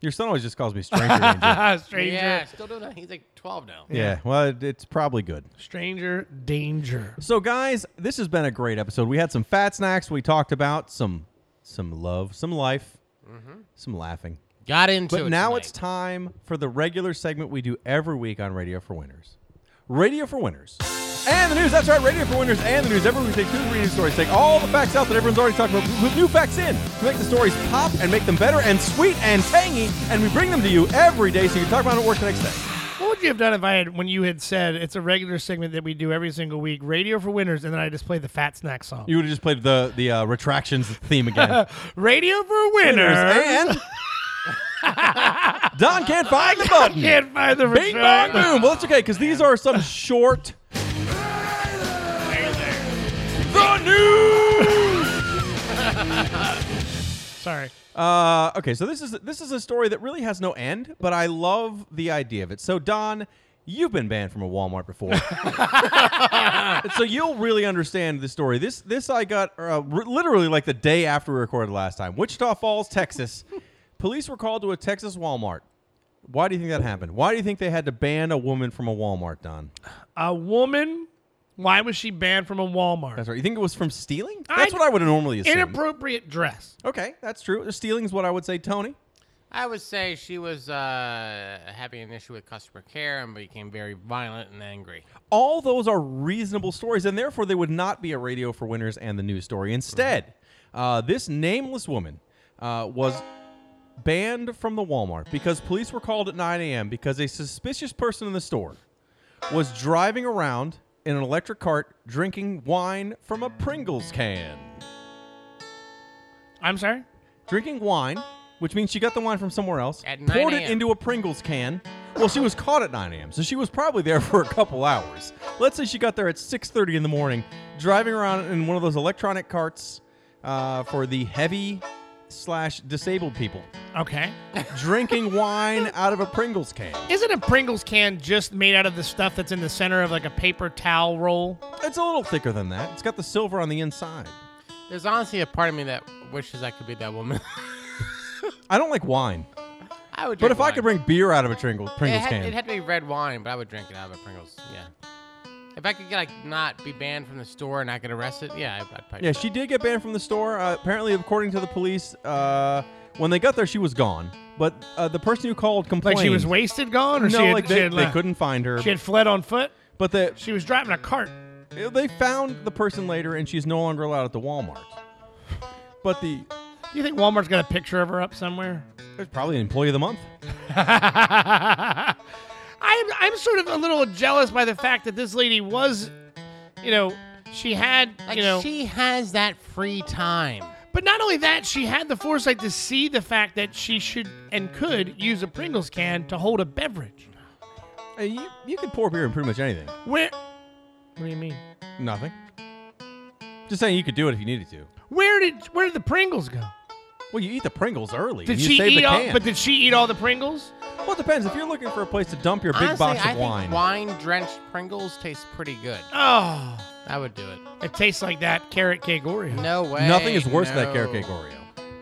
Speaker 2: Your son always just calls me stranger. danger.
Speaker 1: Ah, stranger,
Speaker 3: Yeah, still doing that. He's like 12 now.
Speaker 2: Yeah. Well, it, it's probably good.
Speaker 1: stranger danger.
Speaker 2: So, guys, this has been a great episode. We had some fat snacks. We talked about some some love, some life, some laughing.
Speaker 3: Got into
Speaker 2: But
Speaker 3: it.
Speaker 2: now
Speaker 3: tonight.
Speaker 2: it's time for the regular segment we do every week on Radio for Winners. Radio for Winners. And the news, that's right, Radio for Winners and the news. Every week we take two to three news stories, take all the facts out that everyone's already talked about, with new facts in to make the stories pop and make them better and sweet and tangy, and we bring them to you every day so you can talk about it at work the next day.
Speaker 1: What would you have done if I had, when you had said it's a regular segment that we do every single week, radio for winners, and then I just play the Fat Snack song?
Speaker 2: You would have just played the the uh, retractions theme again.
Speaker 1: radio for winners.
Speaker 2: and Don can't find the button.
Speaker 1: Can't find the
Speaker 2: Bing bang
Speaker 1: retract-
Speaker 2: boom. Well, that's okay because these are some short. The news.
Speaker 1: Sorry.
Speaker 2: Uh, okay, so this is this is a story that really has no end, but I love the idea of it. So Don, you've been banned from a Walmart before, so you'll really understand the story. This this I got uh, r- literally like the day after we recorded last time. Wichita Falls, Texas. Police were called to a Texas Walmart. Why do you think that happened? Why do you think they had to ban a woman from a Walmart, Don?
Speaker 1: A woman. Why was she banned from a Walmart?
Speaker 2: That's right. You think it was from stealing?
Speaker 1: I-
Speaker 2: That's what I would have normally assumed.
Speaker 1: Inappropriate dress.
Speaker 2: okay, that's true. Stealing is what I would say, Tony.
Speaker 3: I would say she was uh, having an issue with customer care and became very violent and angry.
Speaker 2: all those are reasonable stories, and therefore they would not be a radio for winners and the news story. Instead, uh, this nameless woman uh, was banned from the Walmart because police were called at 9 a.m. because a suspicious person in the store was driving around in an electric cart drinking wine from a Pringles can.
Speaker 1: I'm sorry.
Speaker 2: Drinking wine, which means she got the wine from somewhere else,
Speaker 3: At 9
Speaker 2: poured it
Speaker 3: a.m..
Speaker 2: into a Pringles can. Well, she was caught at 9 a.m., so she was probably there for a couple hours. Let's say she got there at 6:30 in the morning, driving around in one of those electronic carts uh, for the heavy slash disabled people,
Speaker 1: Okay.
Speaker 2: drinking wine out of a Pringles can.
Speaker 1: Isn't a Pringles can just made out of the stuff that's in the center of like a paper towel roll?
Speaker 2: It's a little thicker than that. It's got the silver on the inside.
Speaker 3: There's honestly a part of me that wishes I could be that woman.
Speaker 2: I don't like wine,
Speaker 3: I would.
Speaker 2: but
Speaker 3: drink
Speaker 2: if I
Speaker 3: wine.
Speaker 2: could bring beer out of a Pringles,
Speaker 3: it
Speaker 2: Pringles
Speaker 3: had,
Speaker 2: can,
Speaker 3: it had to be red wine, but I would drink it out of a Pringles. Yeah. If I could like not be banned from the store and I could arrest it, yeah, I'd, I'd probably.
Speaker 2: Yeah, she did get banned from the store. Uh, apparently, according to the police, uh, when they got there, she was gone. But uh, the person who called
Speaker 1: Like
Speaker 2: complained.
Speaker 1: she was wasted gone, or
Speaker 2: No,
Speaker 1: she had,
Speaker 2: like
Speaker 1: she
Speaker 2: they,
Speaker 1: had
Speaker 2: they
Speaker 1: left?
Speaker 2: couldn't find her.
Speaker 1: She had fled on foot.
Speaker 2: But the,
Speaker 1: She was driving a cart.
Speaker 2: they found the person later, and she's no longer allowed at the Walmart. But the
Speaker 1: Do you think Walmart's got a picture of her up somewhere?
Speaker 2: there's probably an employee of the month.
Speaker 1: I'm I'm sort of a little jealous by the fact that this lady was, you know, she had
Speaker 3: like
Speaker 1: you know,
Speaker 3: she has that free time.
Speaker 1: but not only that, she had the foresight to see the fact that she should and could use a Pringles can to hold a beverage.
Speaker 2: Hey, you, you could pour beer in pretty much anything.
Speaker 1: Where? What do you mean?
Speaker 2: Nothing. Just saying, you could do it if you needed to.
Speaker 1: Where did where did the Pringles go?
Speaker 2: Well, you eat the Pringles early.
Speaker 1: Did
Speaker 2: and you
Speaker 1: she
Speaker 2: save
Speaker 1: eat
Speaker 2: the
Speaker 1: all?
Speaker 2: can.
Speaker 1: But did she eat all the Pringles?
Speaker 2: well, it depends. If you're looking for a place to dump your big
Speaker 3: honestly,
Speaker 2: box of
Speaker 3: I
Speaker 2: wine,
Speaker 3: think wine-drenched Pringles taste pretty good.
Speaker 1: Oh,
Speaker 3: I would do it.
Speaker 1: it tastes like that carrot cake Oreo.
Speaker 3: No way.
Speaker 2: nothing is worse than that
Speaker 3: no.
Speaker 2: carrot cake Oreo.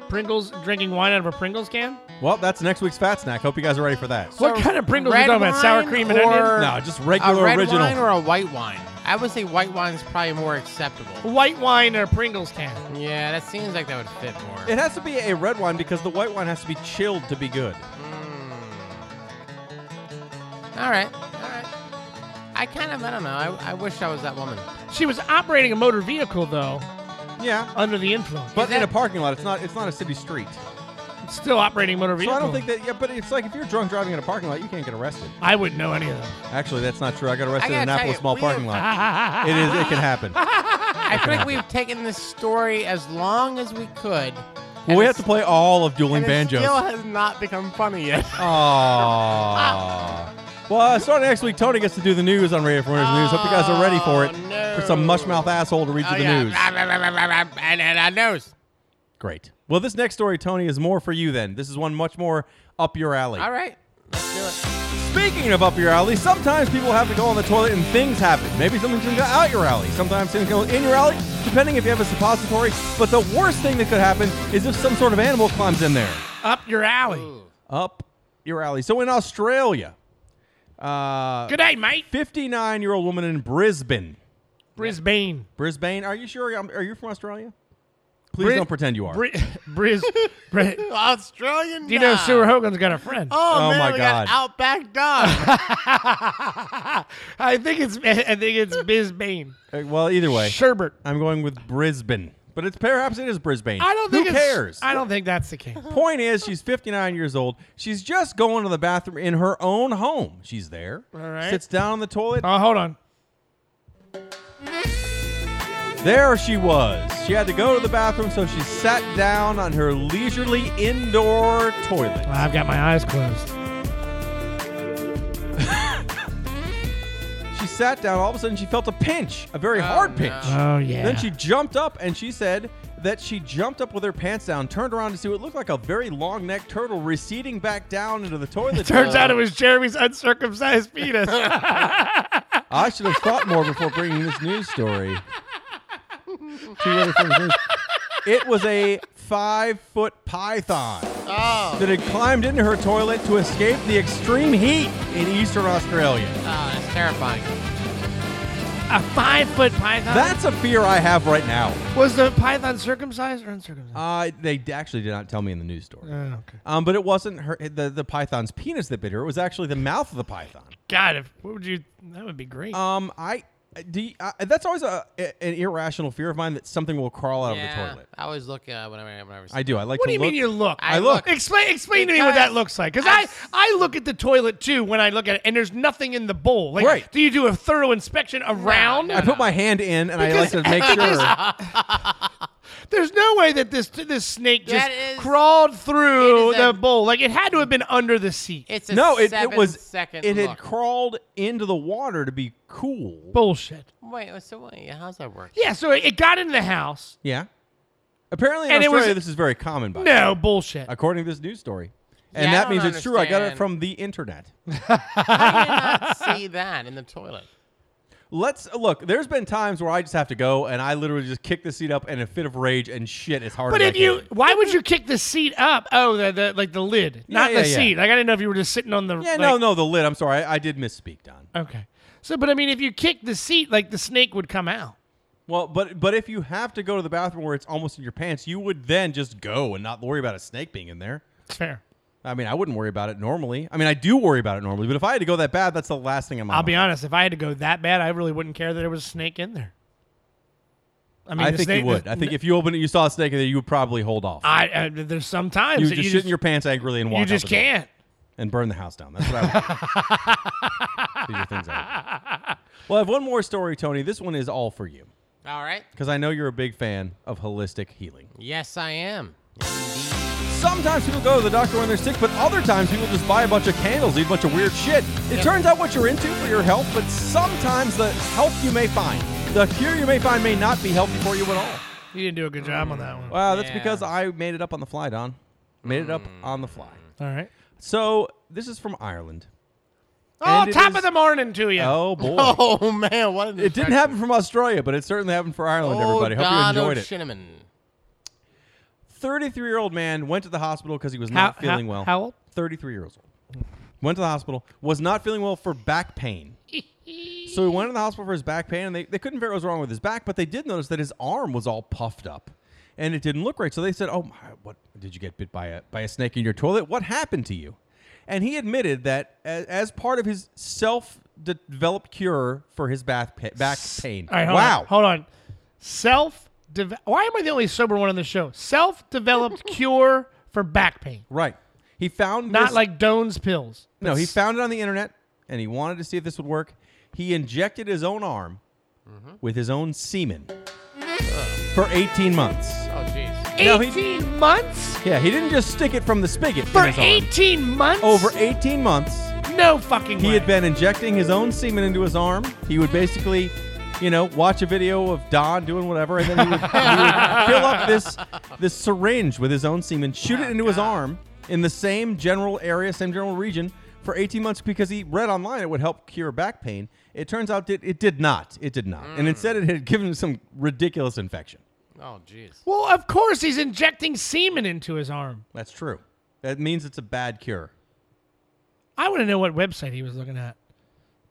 Speaker 1: Pringles drinking wine out of a Pringles can.
Speaker 2: Well, that's next week's fat snack. Hope you guys are ready for that.
Speaker 1: What kind of Pringles are you
Speaker 3: red
Speaker 1: talking about? Sour
Speaker 3: wine
Speaker 1: cream and onion?
Speaker 3: or
Speaker 2: No, just regular
Speaker 3: a red
Speaker 2: original.
Speaker 3: wine or a white wine. I would say white wine's probably more acceptable.
Speaker 1: White wine in a Pringles can.
Speaker 3: Yeah, that seems like that would fit more.
Speaker 2: It has to be a red wine because the white wine has to be chilled to be good.
Speaker 3: All right, all right. I kind of, I don't know. I, I wish I was that woman.
Speaker 1: She was operating a motor vehicle though,
Speaker 2: Yeah,
Speaker 1: under the influence.
Speaker 2: but in
Speaker 3: that-
Speaker 2: a parking lot, it's not. It's not a city street.
Speaker 1: Still operating a motor
Speaker 2: So
Speaker 1: vehicle.
Speaker 2: I don't think that. Yeah, but it's like if you're drunk driving in a parking lot, you can't get arrested.
Speaker 1: I wouldn't know any of those.
Speaker 2: Actually, that's not true. I got arrested
Speaker 3: I
Speaker 2: in
Speaker 3: gotta
Speaker 2: Annapolis
Speaker 3: tell you,
Speaker 2: Mall
Speaker 3: we
Speaker 2: parking lot. it is. It can happen.
Speaker 3: I feel like we've taken this story as long as we could. and
Speaker 2: we
Speaker 3: it's-
Speaker 2: have to play all of dueling
Speaker 3: and It still
Speaker 2: banjos.
Speaker 3: has not become funny yet.
Speaker 2: Aww. Well, uh, starting next week, Tony gets to do the news on Radio for Winners News. Hope you guys are ready for it.
Speaker 3: Oh, no.
Speaker 2: For some mushmouth asshole to read
Speaker 3: Oh,
Speaker 2: you the
Speaker 3: yeah.
Speaker 2: news.
Speaker 3: And and I knows.
Speaker 2: Great. Well, this next story, Tony, is more for you then. This is one much more up your alley.
Speaker 3: All right, let's do it.
Speaker 2: Speaking of up your alley, sometimes people have to go on the toilet and things happen. Maybe something's going to go out your alley. Sometimes things go in your alley, depending if you have a suppository. But the worst thing that could happen is if some sort of animal climbs in there.
Speaker 1: Up your alley.
Speaker 2: Up your alley. So in Australia, uh,
Speaker 1: Good day, mate.
Speaker 2: 59 year old woman in Brisbane.
Speaker 1: Brisbane.
Speaker 2: Brisbane, are you sure? I'm- Are you from Australia? Please
Speaker 1: Bri-
Speaker 2: don't pretend you are.
Speaker 1: Bri- Bris. Bri- Do
Speaker 3: Australian.
Speaker 1: you know
Speaker 3: dog.
Speaker 1: Sewer Hogan's got a friend?
Speaker 3: Oh,
Speaker 2: Oh,
Speaker 3: man,
Speaker 2: my
Speaker 3: we
Speaker 2: God.
Speaker 3: got Outback Dog.
Speaker 1: I think it's I think it's Bisbane.
Speaker 2: Uh, well, either way,
Speaker 1: Sherbert.
Speaker 2: I'm going with Brisbane. but it's perhaps it is Brisbane.
Speaker 1: I don't think
Speaker 2: Who
Speaker 1: it's-
Speaker 2: cares?
Speaker 1: I don't think that's the case.
Speaker 2: Point is, she's 59 years old. She's just going to the bathroom in her own home. She's there. All
Speaker 1: right.
Speaker 2: Sits down on the toilet.
Speaker 1: Oh, hold on.
Speaker 2: There she was. She had to go to the bathroom, so she sat down on her leisurely indoor toilet.
Speaker 1: I've got my eyes closed.
Speaker 2: She sat down. All of a sudden, she felt a pinch, a very hard pinch.
Speaker 1: Oh yeah.
Speaker 2: Then she jumped up and she said that she jumped up with her pants down, turned around to see what looked like a very long necked turtle receding back down into the toilet.
Speaker 1: Turns
Speaker 2: bowl.
Speaker 1: out it was Jeremy's uncircumcised penis.
Speaker 2: I should have thought more before bringing this news story. Two other things. News. It was a five foot python
Speaker 3: Oh,
Speaker 2: that had climbed into her toilet to escape the extreme heat in eastern Australia.
Speaker 3: oh, that's terrifying.
Speaker 1: a five foot python.
Speaker 2: That's a fear I have right now.
Speaker 1: was the python circumcised or uncircumcised?
Speaker 2: Uh, they d- actually did not tell me in the news story.
Speaker 1: Oh, okay.
Speaker 2: Um, but it wasn't her, the, the python's penis that bit her. It was actually the mouth of the python.
Speaker 1: God, if, what would you? That would be great.
Speaker 2: Um, I, do you- I- that's always a, an irrational fear of mine that something will crawl out of
Speaker 3: Yeah,
Speaker 2: the toilet.
Speaker 3: I always look uh, whenever, whenever
Speaker 2: I do. I like
Speaker 1: what
Speaker 2: to
Speaker 1: do you
Speaker 2: look.
Speaker 1: mean you look?
Speaker 3: I look.
Speaker 1: Explain explain to me what that
Speaker 3: Because
Speaker 1: looks like, because
Speaker 3: I
Speaker 1: I,
Speaker 3: s-
Speaker 1: I look at the toilet too when I look at it, and there's nothing in the bowl. Like,
Speaker 2: Right.
Speaker 1: Do you do a thorough inspection around?
Speaker 2: I put my hand in and I like
Speaker 1: Because-
Speaker 2: to make sure.
Speaker 1: There's no way that this this snake just
Speaker 3: That is-
Speaker 1: crawled through
Speaker 3: it is
Speaker 1: the
Speaker 3: a-
Speaker 1: bowl. Like it had to have been under the seat.
Speaker 3: It's a
Speaker 2: no, it, it
Speaker 3: seven
Speaker 2: was.
Speaker 3: second
Speaker 2: it had
Speaker 3: look.
Speaker 2: crawled into the water to be cool.
Speaker 1: Bullshit.
Speaker 3: wait, so wait, how's that work?
Speaker 1: Yeah, so it, it got into the house.
Speaker 2: yeah. Apparently in
Speaker 1: And it was-
Speaker 2: Australia, this is very common. By the way,
Speaker 1: No bullshit.
Speaker 2: according to this news story, and
Speaker 3: Yeah, I
Speaker 2: that
Speaker 3: don't
Speaker 2: means it's true. I got it
Speaker 3: understand.
Speaker 2: from the internet.
Speaker 3: I did not see that in the toilet.
Speaker 2: Let's look. There's been times where I just have to go and I literally just kick the seat up in a fit of rage and shit as hard
Speaker 1: But
Speaker 2: as I
Speaker 1: if you,
Speaker 2: can.
Speaker 1: why would you kick the seat up? Oh, the, the like the lid, not
Speaker 2: yeah,
Speaker 1: the
Speaker 2: yeah.
Speaker 1: seat. Like I didn't know if you were just sitting on the.
Speaker 2: Yeah,
Speaker 1: like-
Speaker 2: no, no, the lid. I'm sorry, I, I did misspeak, Don.
Speaker 1: Okay. So, but I mean, if you kick the seat, like the snake would come out.
Speaker 2: Well, but but if you have to go to the bathroom where it's almost in your pants, you would then just go and not worry about a snake being in there.
Speaker 1: It's fair.
Speaker 2: I mean, I wouldn't worry about it normally. I mean, I do worry about it normally, but if I had to go that bad, that's the last thing in my
Speaker 1: I'll be
Speaker 2: mind.
Speaker 1: honest. If I had to go that bad, I really wouldn't care that there was a snake in there. I mean,
Speaker 2: I
Speaker 1: the
Speaker 2: think
Speaker 1: snake-
Speaker 2: you would.
Speaker 1: the-
Speaker 2: I think if you opened it, you saw a snake in there, you would probably hold off.
Speaker 1: I, I there's some times
Speaker 2: you would
Speaker 1: that
Speaker 2: just
Speaker 1: you
Speaker 2: shit in your pants angrily and walk
Speaker 1: you
Speaker 2: out
Speaker 1: just
Speaker 2: the door
Speaker 1: can't.
Speaker 2: and burn the house down. That's what I would do. These are things I would do. Well, I have one more story, Tony. This one is all for you
Speaker 3: All right.
Speaker 2: because I know you're a big fan of holistic healing.
Speaker 3: Yes, I am.
Speaker 2: Sometimes people go to the doctor when they're sick, but other times people just buy a bunch of candles, eat a bunch of weird shit. It turns out what you're into for your health, but sometimes the help you may find, the cure you may find, may not be healthy for you at all.
Speaker 1: You didn't do a good job on that one.
Speaker 2: Wow, that's
Speaker 3: Yeah.
Speaker 2: because I made it up on the fly, Don. Made it up on the fly.
Speaker 1: All right.
Speaker 2: So this is from Ireland.
Speaker 1: Oh,
Speaker 2: And it
Speaker 1: top
Speaker 2: is-
Speaker 1: of the morning to you.
Speaker 2: Oh boy.
Speaker 3: Oh man, what? An
Speaker 2: It didn't happen from Australia, but it certainly happened for Ireland,
Speaker 3: Oh,
Speaker 2: everybody. Hope you enjoyed it.
Speaker 3: Cinnamon.
Speaker 2: 33 year old man went to the hospital because he was
Speaker 1: How-
Speaker 2: not feeling
Speaker 1: how-
Speaker 2: well.
Speaker 1: how old?
Speaker 2: 33 years old. Went to the hospital, was not feeling well for back pain. so he went to the hospital for his back pain, and they, they couldn't figure out what was wrong with his back, but they did notice that his arm was all puffed up. And it didn't look right. So they said, Oh, my, what did you get bit by a, by a snake in your toilet? What happened to you? And he admitted that as, as part of his self developed cure for his bath pa- back pain.
Speaker 1: All right, hold
Speaker 2: wow.
Speaker 1: On, hold on. Self. deve Why am I the only sober one on the show? Self-developed cure for back pain.
Speaker 2: Right. He found
Speaker 1: Not
Speaker 2: this-
Speaker 1: like Doan's pills.
Speaker 2: No, he found it on the internet and he wanted to see if this would work. He injected his own arm with his own semen for 18 months.
Speaker 3: Oh jeez.
Speaker 2: No, he-
Speaker 1: 18 months?
Speaker 2: Yeah, he didn't just stick it from the spigot
Speaker 1: For
Speaker 2: in his arm.
Speaker 1: 18 months?
Speaker 2: Over 18 months,
Speaker 1: No fucking
Speaker 2: he
Speaker 1: way.
Speaker 2: had been injecting his own semen into his arm. He would basically, you know, watch a video of Don doing whatever, and then he would, he would fill up this this syringe with his own semen, shoot it into his arm in the same general area, same general region for 18 months because he read online it would help cure back pain. It turns out it, it did not. It did not. And instead, it had given him some ridiculous infection.
Speaker 3: Oh jeez.
Speaker 1: Well, of course he's injecting semen into his arm.
Speaker 2: That's true. That means it's a bad cure.
Speaker 1: I want to know what website he was looking at.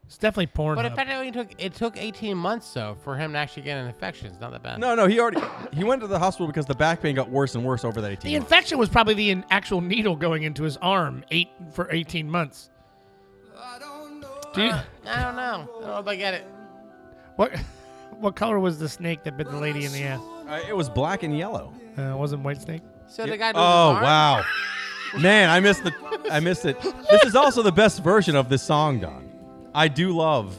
Speaker 1: It's definitely porn.
Speaker 3: But apparently it took it took 18 months though for him to actually get an infection. It's not that bad.
Speaker 2: No, no, he already he went to the hospital because the back pain got worse and worse over that 18
Speaker 1: the
Speaker 2: months.
Speaker 1: infection was probably the in- actual needle going into his arm eight for 18 months. Do you,
Speaker 3: I don't know. I don't know if I get it.
Speaker 1: what what color was the snake that bit the lady in the ass?
Speaker 2: Uh, it was black and yellow.
Speaker 1: Uh, it wasn't White Snake.
Speaker 3: So the guy.
Speaker 2: oh
Speaker 3: loses his arm?
Speaker 2: wow, man, I missed the, I missed it. This is also the best version of this song, Don. I do love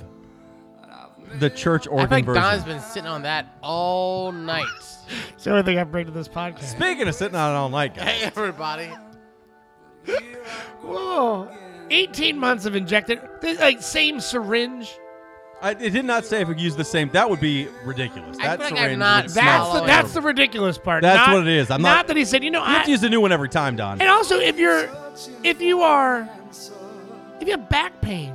Speaker 2: the church
Speaker 3: I
Speaker 2: organ
Speaker 3: feel
Speaker 2: version.
Speaker 3: like Don's been sitting on that all night.
Speaker 1: It's the only thing I bring to this podcast.
Speaker 2: Speaking of sitting on it all night, guys.
Speaker 3: hey everybody.
Speaker 1: Whoa. 18 months of injected, th- like same syringe.
Speaker 2: I, it did not say if it used the same. That would be ridiculous.
Speaker 3: I
Speaker 2: That
Speaker 3: feel like I've
Speaker 2: syringe
Speaker 3: not-
Speaker 2: would smell
Speaker 1: That's
Speaker 3: Small
Speaker 1: the,
Speaker 2: terrible.
Speaker 3: over.
Speaker 1: that's the ridiculous part.
Speaker 2: That's
Speaker 1: Not-
Speaker 2: what it is. I'm not-
Speaker 1: that he said, you know,
Speaker 2: You have to
Speaker 1: I,
Speaker 2: use a new one every time, Don.
Speaker 1: and also if you're, if you are, if you have back pain,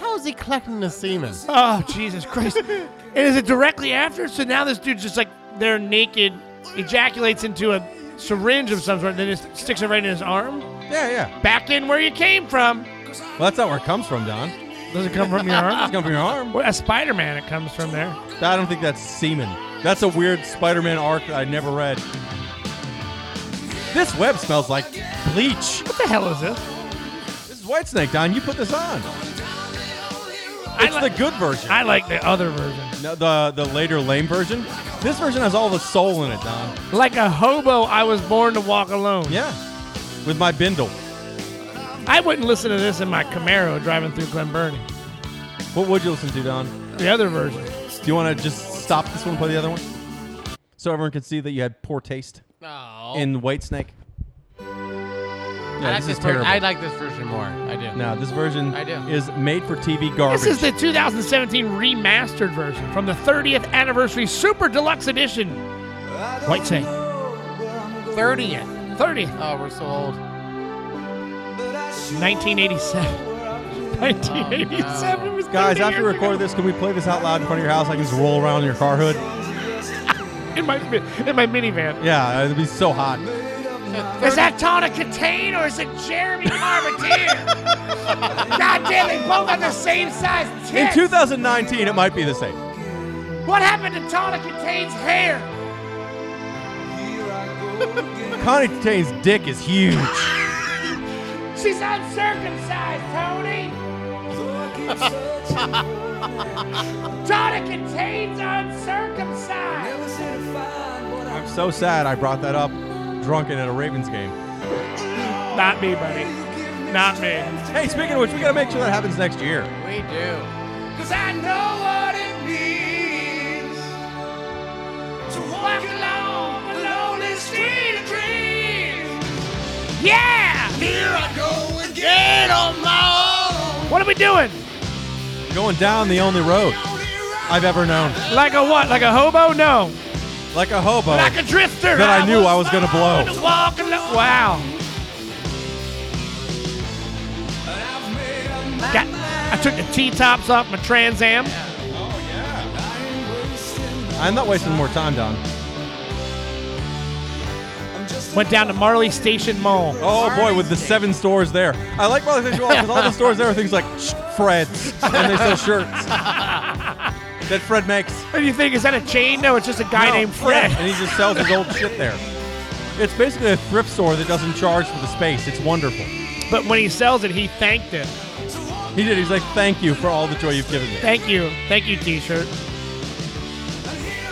Speaker 3: How's he collecting the semen?
Speaker 1: Oh Jesus Christ! and is it directly after? So now this dude's just like they're naked, ejaculates into a syringe of some sort, then just sticks it right in his arm.
Speaker 2: Yeah, yeah.
Speaker 1: Back in where you came from.
Speaker 2: Well, that's not where it comes from, Don. It's
Speaker 1: Does it come from your arm?
Speaker 2: coming from your arm.
Speaker 1: Well, a Spider-Man, it comes from there.
Speaker 2: I don't think that's semen. That's a weird Spider-Man arc that I never read. This web smells like bleach.
Speaker 1: What the hell is this?
Speaker 2: This is Whitesnake, Don. You put this on. It's
Speaker 1: I,
Speaker 2: the
Speaker 1: li-
Speaker 2: good version.
Speaker 1: I like the other version.
Speaker 2: No, the the later lame version. This version has all the soul in it, Don.
Speaker 1: Like a hobo, I was born to walk alone.
Speaker 2: Yeah, with my bindle.
Speaker 1: I wouldn't listen to this in my Camaro driving through Glen Burnie.
Speaker 2: What would you listen to, Don?
Speaker 1: The other version.
Speaker 2: Do you want to just stop this one, and play the other one, so everyone can see that you had poor taste
Speaker 3: No.
Speaker 2: in Whitesnake?
Speaker 3: Oh. I
Speaker 2: Yeah,
Speaker 3: like
Speaker 2: this
Speaker 3: this,
Speaker 2: is
Speaker 3: version.
Speaker 2: terrible.
Speaker 3: I like this version more. I do.
Speaker 2: No, this version
Speaker 3: I do.
Speaker 2: is made for TV garbage.
Speaker 1: This is the 2017 remastered version from the 30th anniversary Super Deluxe Edition. White Snake.
Speaker 3: 30th.
Speaker 1: 30th.
Speaker 3: Oh, we're so old.
Speaker 1: 1987. 1987 was
Speaker 2: Guys,
Speaker 1: 30
Speaker 2: after we
Speaker 1: years
Speaker 2: record
Speaker 1: ago.
Speaker 2: this, can we play this out loud in front of your house? I can just roll around in your car hood.
Speaker 1: in my in my minivan.
Speaker 2: Yeah, it'd be so hot.
Speaker 1: Is that Tana Katane or is it Jeremy Carpentier? God damn, they both have the same size
Speaker 2: In
Speaker 1: tits.
Speaker 2: 2019, it might be the same.
Speaker 1: what happened to Tana Katane's hair?
Speaker 2: Connie Tane's dick is huge.
Speaker 1: She's uncircumcised, Tony. Donna contains uncircumcised.
Speaker 2: I'm so sad I brought that up drunken at a Ravens game.
Speaker 1: Not me, buddy. Not me.
Speaker 2: Hey, speaking of which, we gotta make sure that happens next year.
Speaker 3: We do.
Speaker 1: Cause I know what it means to walk along the lonely street of dreams. Yeah! Here I go again on my own. What are we doing?
Speaker 2: Going down the only road I've ever known.
Speaker 1: Like a what? Like a hobo? No.
Speaker 2: Like a hobo.
Speaker 1: Like a drifter.
Speaker 2: That I knew I was gonna blow.
Speaker 1: born to walk alone. Wow. Got, I took the T tops off my Trans Am.
Speaker 2: I'm not wasting more time, Don.
Speaker 1: Went down to Marley Station Mall.
Speaker 2: Oh boy, with the seven stores there. I like Marley Station Mall because all the stores there are things like "Shh, Fred's and they sell shirts that Fred makes.
Speaker 1: What do you think? Is that a chain? No, it's just a guy
Speaker 2: No,
Speaker 1: named Fred.
Speaker 2: yeah, And he just sells his old shit there. It's basically a thrift store that doesn't charge for the space. It's wonderful.
Speaker 1: But when he sells it, he thanked it.
Speaker 2: He did. He's like, thank you for all the joy you've given me.
Speaker 1: Thank you. Thank you, t shirt.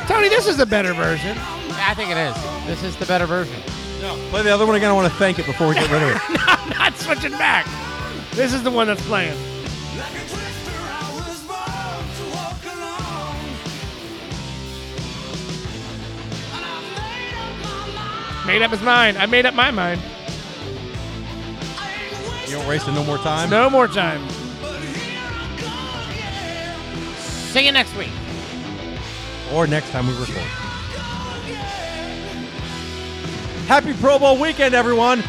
Speaker 1: Tony, this is a better version.
Speaker 3: I think it is. This is the better version.
Speaker 2: Play the other one again. I want to thank it before we get rid of it.
Speaker 1: I'm not switching back. This is the one that's playing. Made up his mind. I made up my mind.
Speaker 2: You don't waste it no more time.
Speaker 1: No more time.
Speaker 3: See you next week.
Speaker 2: Or next time we record. Happy Pro Bowl weekend, everyone.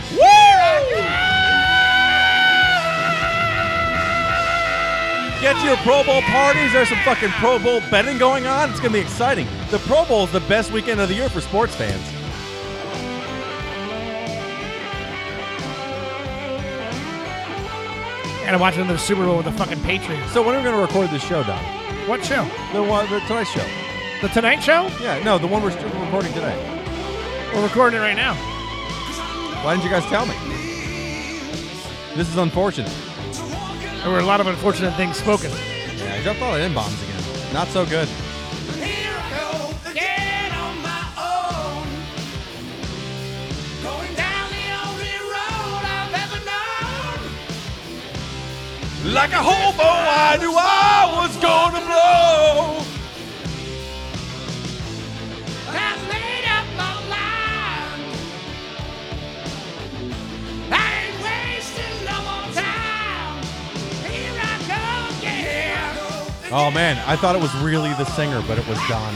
Speaker 2: Get to your Pro Bowl parties. There's some fucking Pro Bowl betting going on. It's going to be exciting. The Pro Bowl is the best weekend of the year for sports fans.
Speaker 1: And I'm watching the Super Bowl with the fucking Patriots.
Speaker 2: So when are we going to record this show, Don?
Speaker 1: What show?
Speaker 2: The one, the tonight show.
Speaker 1: The Tonight Show?
Speaker 2: Yeah, no, the one we're still recording today.
Speaker 1: We're recording it right now.
Speaker 2: Why didn't you guys tell me? This is unfortunate.
Speaker 1: There were a lot of unfortunate things spoken.
Speaker 2: Yeah, I dropped all the in bombs again. Not so good.
Speaker 8: Here I go again on my own.
Speaker 2: Like a hobo, I knew I was gonna blow.
Speaker 8: I laid up my life. I ain't wasting no more time. Here I go again.
Speaker 2: Oh man, I thought it was really the singer, but it was Don.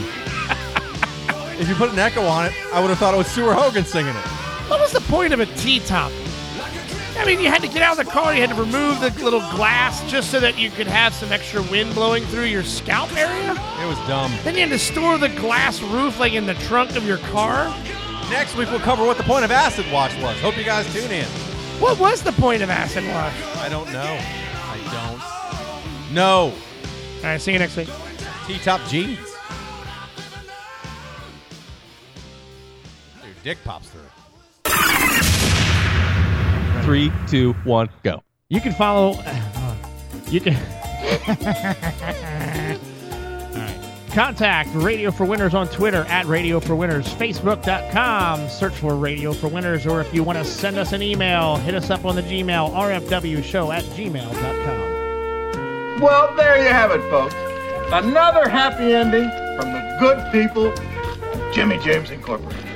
Speaker 2: if you put an echo on it, I would have thought it was Stuart Hogan singing it.
Speaker 1: What was the point of a T top? I mean, you had to get out of the car, you had to remove the little glass just so that you could have some extra wind blowing through your scalp area.
Speaker 2: It was dumb.
Speaker 1: Then you had to store the glass roof like in the trunk of your car.
Speaker 2: Next week we'll cover what the point of Acid Watch was. Hope you guys tune in.
Speaker 1: What was the point of acid wash?
Speaker 2: I don't know. I don't. No.
Speaker 1: All right, see you next week.
Speaker 2: T top jeans. Your dick pops through. Three, two, one, go.
Speaker 1: You can follow. You can. All right. Contact Radio for Winners on Twitter at Radio for Winners, Facebook.com. Search for Radio for Winners, or if you want to send us an email, hit us up on the Gmail, rfwshow at gmail.com.
Speaker 4: Well, there you have it, folks. Another happy ending from the good people of Jimmy James Incorporated.